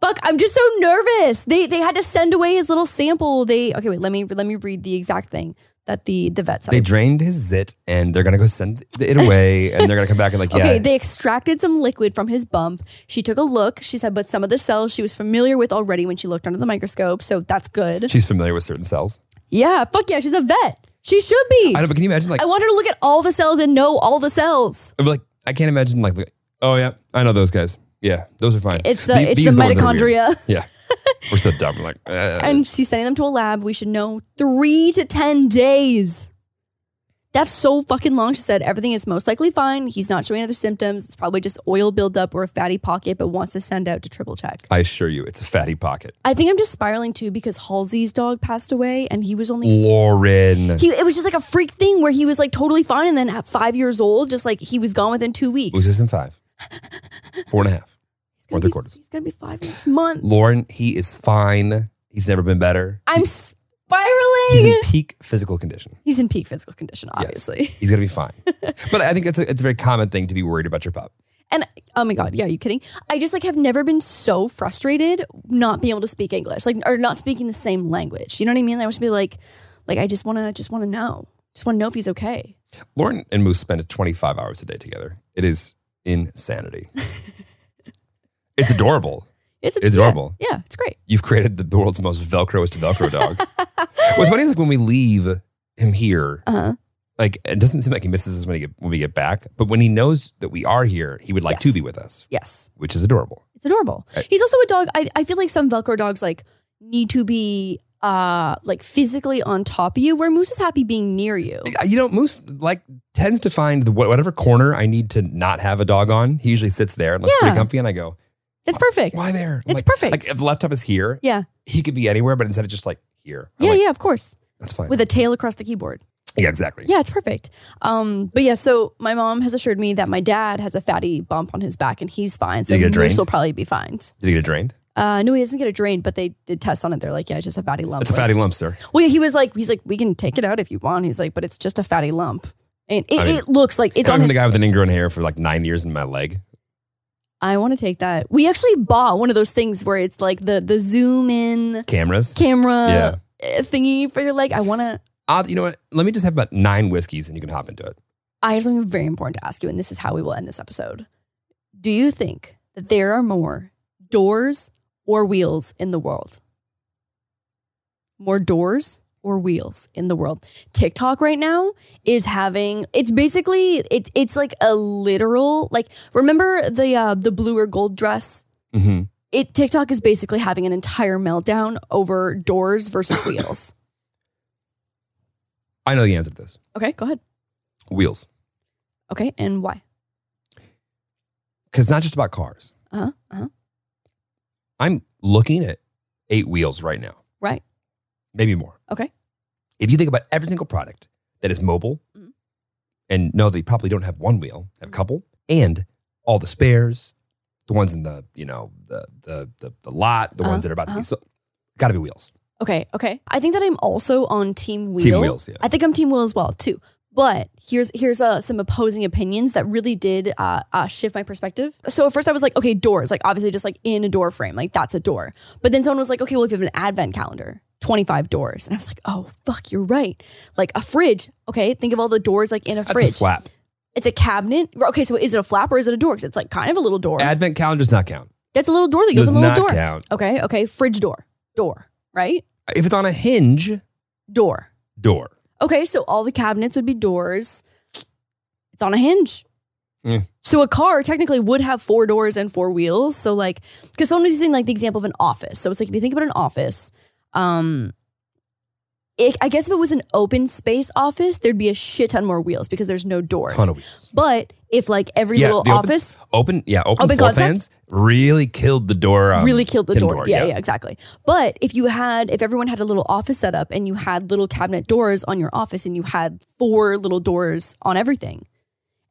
Speaker 1: Fuck, I'm just so nervous. They they had to send away his little sample. They okay, wait, let me let me read the exact thing that the the vet said.
Speaker 4: They drained his zit and they're going to go send it away and they're going to come back and, like, yeah.
Speaker 1: Okay, they extracted some liquid from his bump. She took a look. She said, but some of the cells she was familiar with already when she looked under the microscope. So that's good.
Speaker 4: she's familiar with certain cells.
Speaker 1: yeah, fuck yeah, she's a vet. She should be. I,
Speaker 4: I don't, but can you imagine, like,
Speaker 1: want her to look at all the cells and know all the cells.
Speaker 4: I'm like, I can't imagine, like, like, oh, yeah, I know those guys. Yeah, those are fine.
Speaker 1: It's the
Speaker 4: The-
Speaker 1: it's the
Speaker 4: these are the ones that are weird.
Speaker 1: mitochondria.
Speaker 4: Yeah. We're so dumb. We're like, uh,
Speaker 1: and she's sending them to a lab. We should know three to ten days. That's so fucking long. She said everything is most likely fine. He's not showing other symptoms. It's probably just oil buildup or a fatty pocket, but wants to send out to triple check.
Speaker 4: I assure you, it's a fatty pocket.
Speaker 1: I think I'm just spiraling too because Halsey's dog passed away and he was only
Speaker 4: Lauren.
Speaker 1: he it was just like a freak thing where he was like totally fine and then at five years old, just like he was gone within two weeks.
Speaker 4: Who's this in five? Four and a half.
Speaker 1: He's gonna
Speaker 4: Or three
Speaker 1: be-
Speaker 4: quarters.
Speaker 1: He's gonna be five next month.
Speaker 4: Lauren, he is fine. He's never been better.
Speaker 1: I'm spiraling.
Speaker 4: He's in peak physical condition.
Speaker 1: He's in peak physical condition,
Speaker 4: Yes.
Speaker 1: obviously.
Speaker 4: He's gonna be fine. but I think it's a, it's a very common thing to be worried about your pup.
Speaker 1: And oh my god, yeah, are you kidding? I just like have never been so frustrated not being able to speak English, like or not speaking the same language. You know what I mean? I just be like, like I just wanna just wanna know, just wanna know if he's okay.
Speaker 4: Lauren and Moose spend 25 hours a day together. It is insanity. it's adorable.
Speaker 1: It's,
Speaker 4: It's
Speaker 1: yeah.
Speaker 4: adorable.
Speaker 1: Yeah, it's great.
Speaker 4: You've created the world's most velcroist velcro dog. What's funny is like when we leave him here,
Speaker 1: Uh huh.
Speaker 4: like it doesn't seem like he misses us when, he get, when we get back, but when he knows that we are here, he would like to
Speaker 1: Yes.
Speaker 4: be with us,
Speaker 1: Yes.
Speaker 4: which is adorable.
Speaker 1: It's adorable.
Speaker 4: Right.
Speaker 1: He's also a dog. I, I feel like some Velcro dogs like need to be uh like physically on top of you where Moose is happy being near you.
Speaker 4: You know, Moose like tends to find the, wh- whatever corner I need to not have a dog on. He usually sits there and looks pretty
Speaker 1: Yeah.
Speaker 4: comfy, and I go,
Speaker 1: That's perfect.
Speaker 4: "Why there?"
Speaker 1: It's
Speaker 4: like,
Speaker 1: perfect.
Speaker 4: Like if the laptop is here,
Speaker 1: Yeah.
Speaker 4: he could be anywhere, but instead it's just like here. I'm
Speaker 1: yeah,
Speaker 4: like,
Speaker 1: yeah, of course.
Speaker 4: that's fine.
Speaker 1: With a tail across the keyboard.
Speaker 4: yeah, exactly.
Speaker 1: Yeah, it's perfect. Um, but yeah, so my mom has assured me that my dad has a fatty bump on his back and he's fine. So
Speaker 4: Did he get
Speaker 1: Moose
Speaker 4: drained?
Speaker 1: will probably be fine.
Speaker 4: Did he get drained?
Speaker 1: Uh, no, he doesn't get it drained, but they did tests on it. They're like, yeah, it's just a fatty lump.
Speaker 4: It's a
Speaker 1: Like,
Speaker 4: fatty lump, sir.
Speaker 1: Well, yeah, he was like, he's like, we can take it out if you want. He's like, but it's just a fatty lump, and it,
Speaker 4: I mean,
Speaker 1: it looks like it's
Speaker 4: Coming
Speaker 1: on
Speaker 4: from
Speaker 1: his.
Speaker 4: the guy with an ingrown hair for like nine years in my leg.
Speaker 1: I want to take that. We actually bought one of those things where it's like the the zoom in
Speaker 4: Cameras.
Speaker 1: camera uh thingy for your leg. I want to.
Speaker 4: I'll, you know what? Let me just have about nine whiskeys and you can hop into it.
Speaker 1: I have something very important to ask you, and this is how we will end this episode. Do you think that there are more doors or wheels in the world? More doors or wheels in the world? TikTok right now is having it's basically it's it's like a literal like remember the uh, the blue or gold dress.
Speaker 4: Mm-hmm.
Speaker 1: It TikTok is basically having an entire meltdown over doors versus wheels.
Speaker 4: I know the answer to this.
Speaker 1: Okay, go ahead.
Speaker 4: Wheels.
Speaker 1: Okay, and why?
Speaker 4: Because not just about cars.
Speaker 1: Uh huh. Uh huh.
Speaker 4: I'm looking at eight wheels right now.
Speaker 1: Right.
Speaker 4: Maybe more.
Speaker 1: Okay.
Speaker 4: If you think about every single product that is mobile,
Speaker 1: Mhm.
Speaker 4: and no, they probably don't have one wheel, they have a
Speaker 1: Mm-hmm.
Speaker 4: couple, and all the spares, the ones in the, you know, the the the, the lot, the
Speaker 1: Uh-huh,
Speaker 4: ones that are about to
Speaker 1: uh-huh.
Speaker 4: be sold, gotta be wheels.
Speaker 1: Okay, okay. I think that I'm also on Team Wheel.
Speaker 4: Team wheels, yeah.
Speaker 1: I think I'm Team Wheel as well too. But here's here's uh, some opposing opinions that really did uh, uh, shift my perspective. So at first I was like, okay, doors, like obviously just like in a door frame, like that's a door. But then someone was like, okay, well if you have an advent calendar, 25 doors, and I was like, oh fuck, you're right. Like a fridge, okay, think of all the doors like in a
Speaker 4: That's
Speaker 1: fridge.
Speaker 4: a flap.
Speaker 1: It's a cabinet. Okay, so is it a flap or is it a door? Because it's like kind of a little door.
Speaker 4: Advent calendar does not count.
Speaker 1: That's a little door that goes
Speaker 4: Does
Speaker 1: in the little
Speaker 4: not
Speaker 1: door.
Speaker 4: count.
Speaker 1: Okay, okay, fridge door, door, right,
Speaker 4: If it's on a hinge,
Speaker 1: door.
Speaker 4: door.
Speaker 1: Okay, so all the cabinets would be doors. It's on a hinge.
Speaker 4: Yeah.
Speaker 1: So a car technically would have four doors and four wheels. So like, because someone was using like the example of an office. So it's like if you think about an office, um, it, I guess if it was an open space office, there'd be a shit ton more wheels because there's no doors.
Speaker 4: Ton of wheels.
Speaker 1: But if like every
Speaker 4: Yeah,
Speaker 1: little
Speaker 4: the open-
Speaker 1: office
Speaker 4: Open, yeah, open,
Speaker 1: Open
Speaker 4: floor
Speaker 1: concept?
Speaker 4: plans really killed the door. um,
Speaker 1: really killed the
Speaker 4: Tim
Speaker 1: door.
Speaker 4: Door,
Speaker 1: yeah,
Speaker 4: yeah.
Speaker 1: yeah, exactly. But if you had, if everyone had a little office set up and you had little cabinet doors on your office and you had four little doors on everything,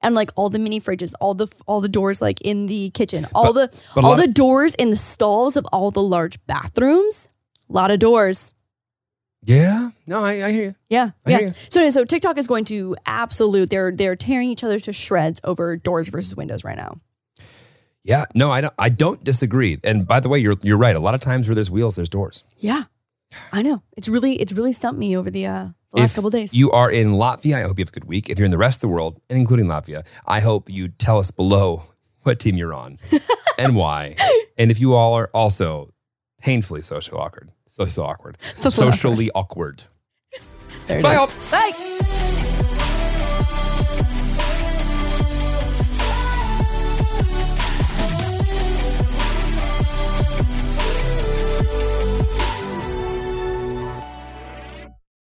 Speaker 1: and like all the mini fridges, all the all the doors like in the kitchen, all the
Speaker 4: but a
Speaker 1: all
Speaker 4: lot
Speaker 1: the
Speaker 4: of-
Speaker 1: doors in the stalls of all the large bathrooms, a lot of doors.
Speaker 4: Yeah, no, I, I hear you.
Speaker 1: Yeah,
Speaker 4: I hear
Speaker 1: yeah.
Speaker 4: you.
Speaker 1: So, so TikTok is going to absolute. They're they're tearing each other to shreds over doors versus windows right now.
Speaker 4: Yeah, no, I don't. I don't disagree. And by the way, you're you're right. A lot of times where there's wheels, there's doors.
Speaker 1: Yeah, I know. It's really it's really stumped me over the uh, the last
Speaker 4: If
Speaker 1: couple days.
Speaker 4: You are in Latvia. I hope you have a good week. If you're in the rest of the world, and including Latvia, I hope you tell us below what team you're on and why. And if you all are also painfully social awkward, social awkward,
Speaker 1: Social awkward.
Speaker 4: socially awkward.
Speaker 1: There it
Speaker 4: Bye,
Speaker 1: is.
Speaker 4: all.
Speaker 1: Bye.
Speaker 2: Thank you.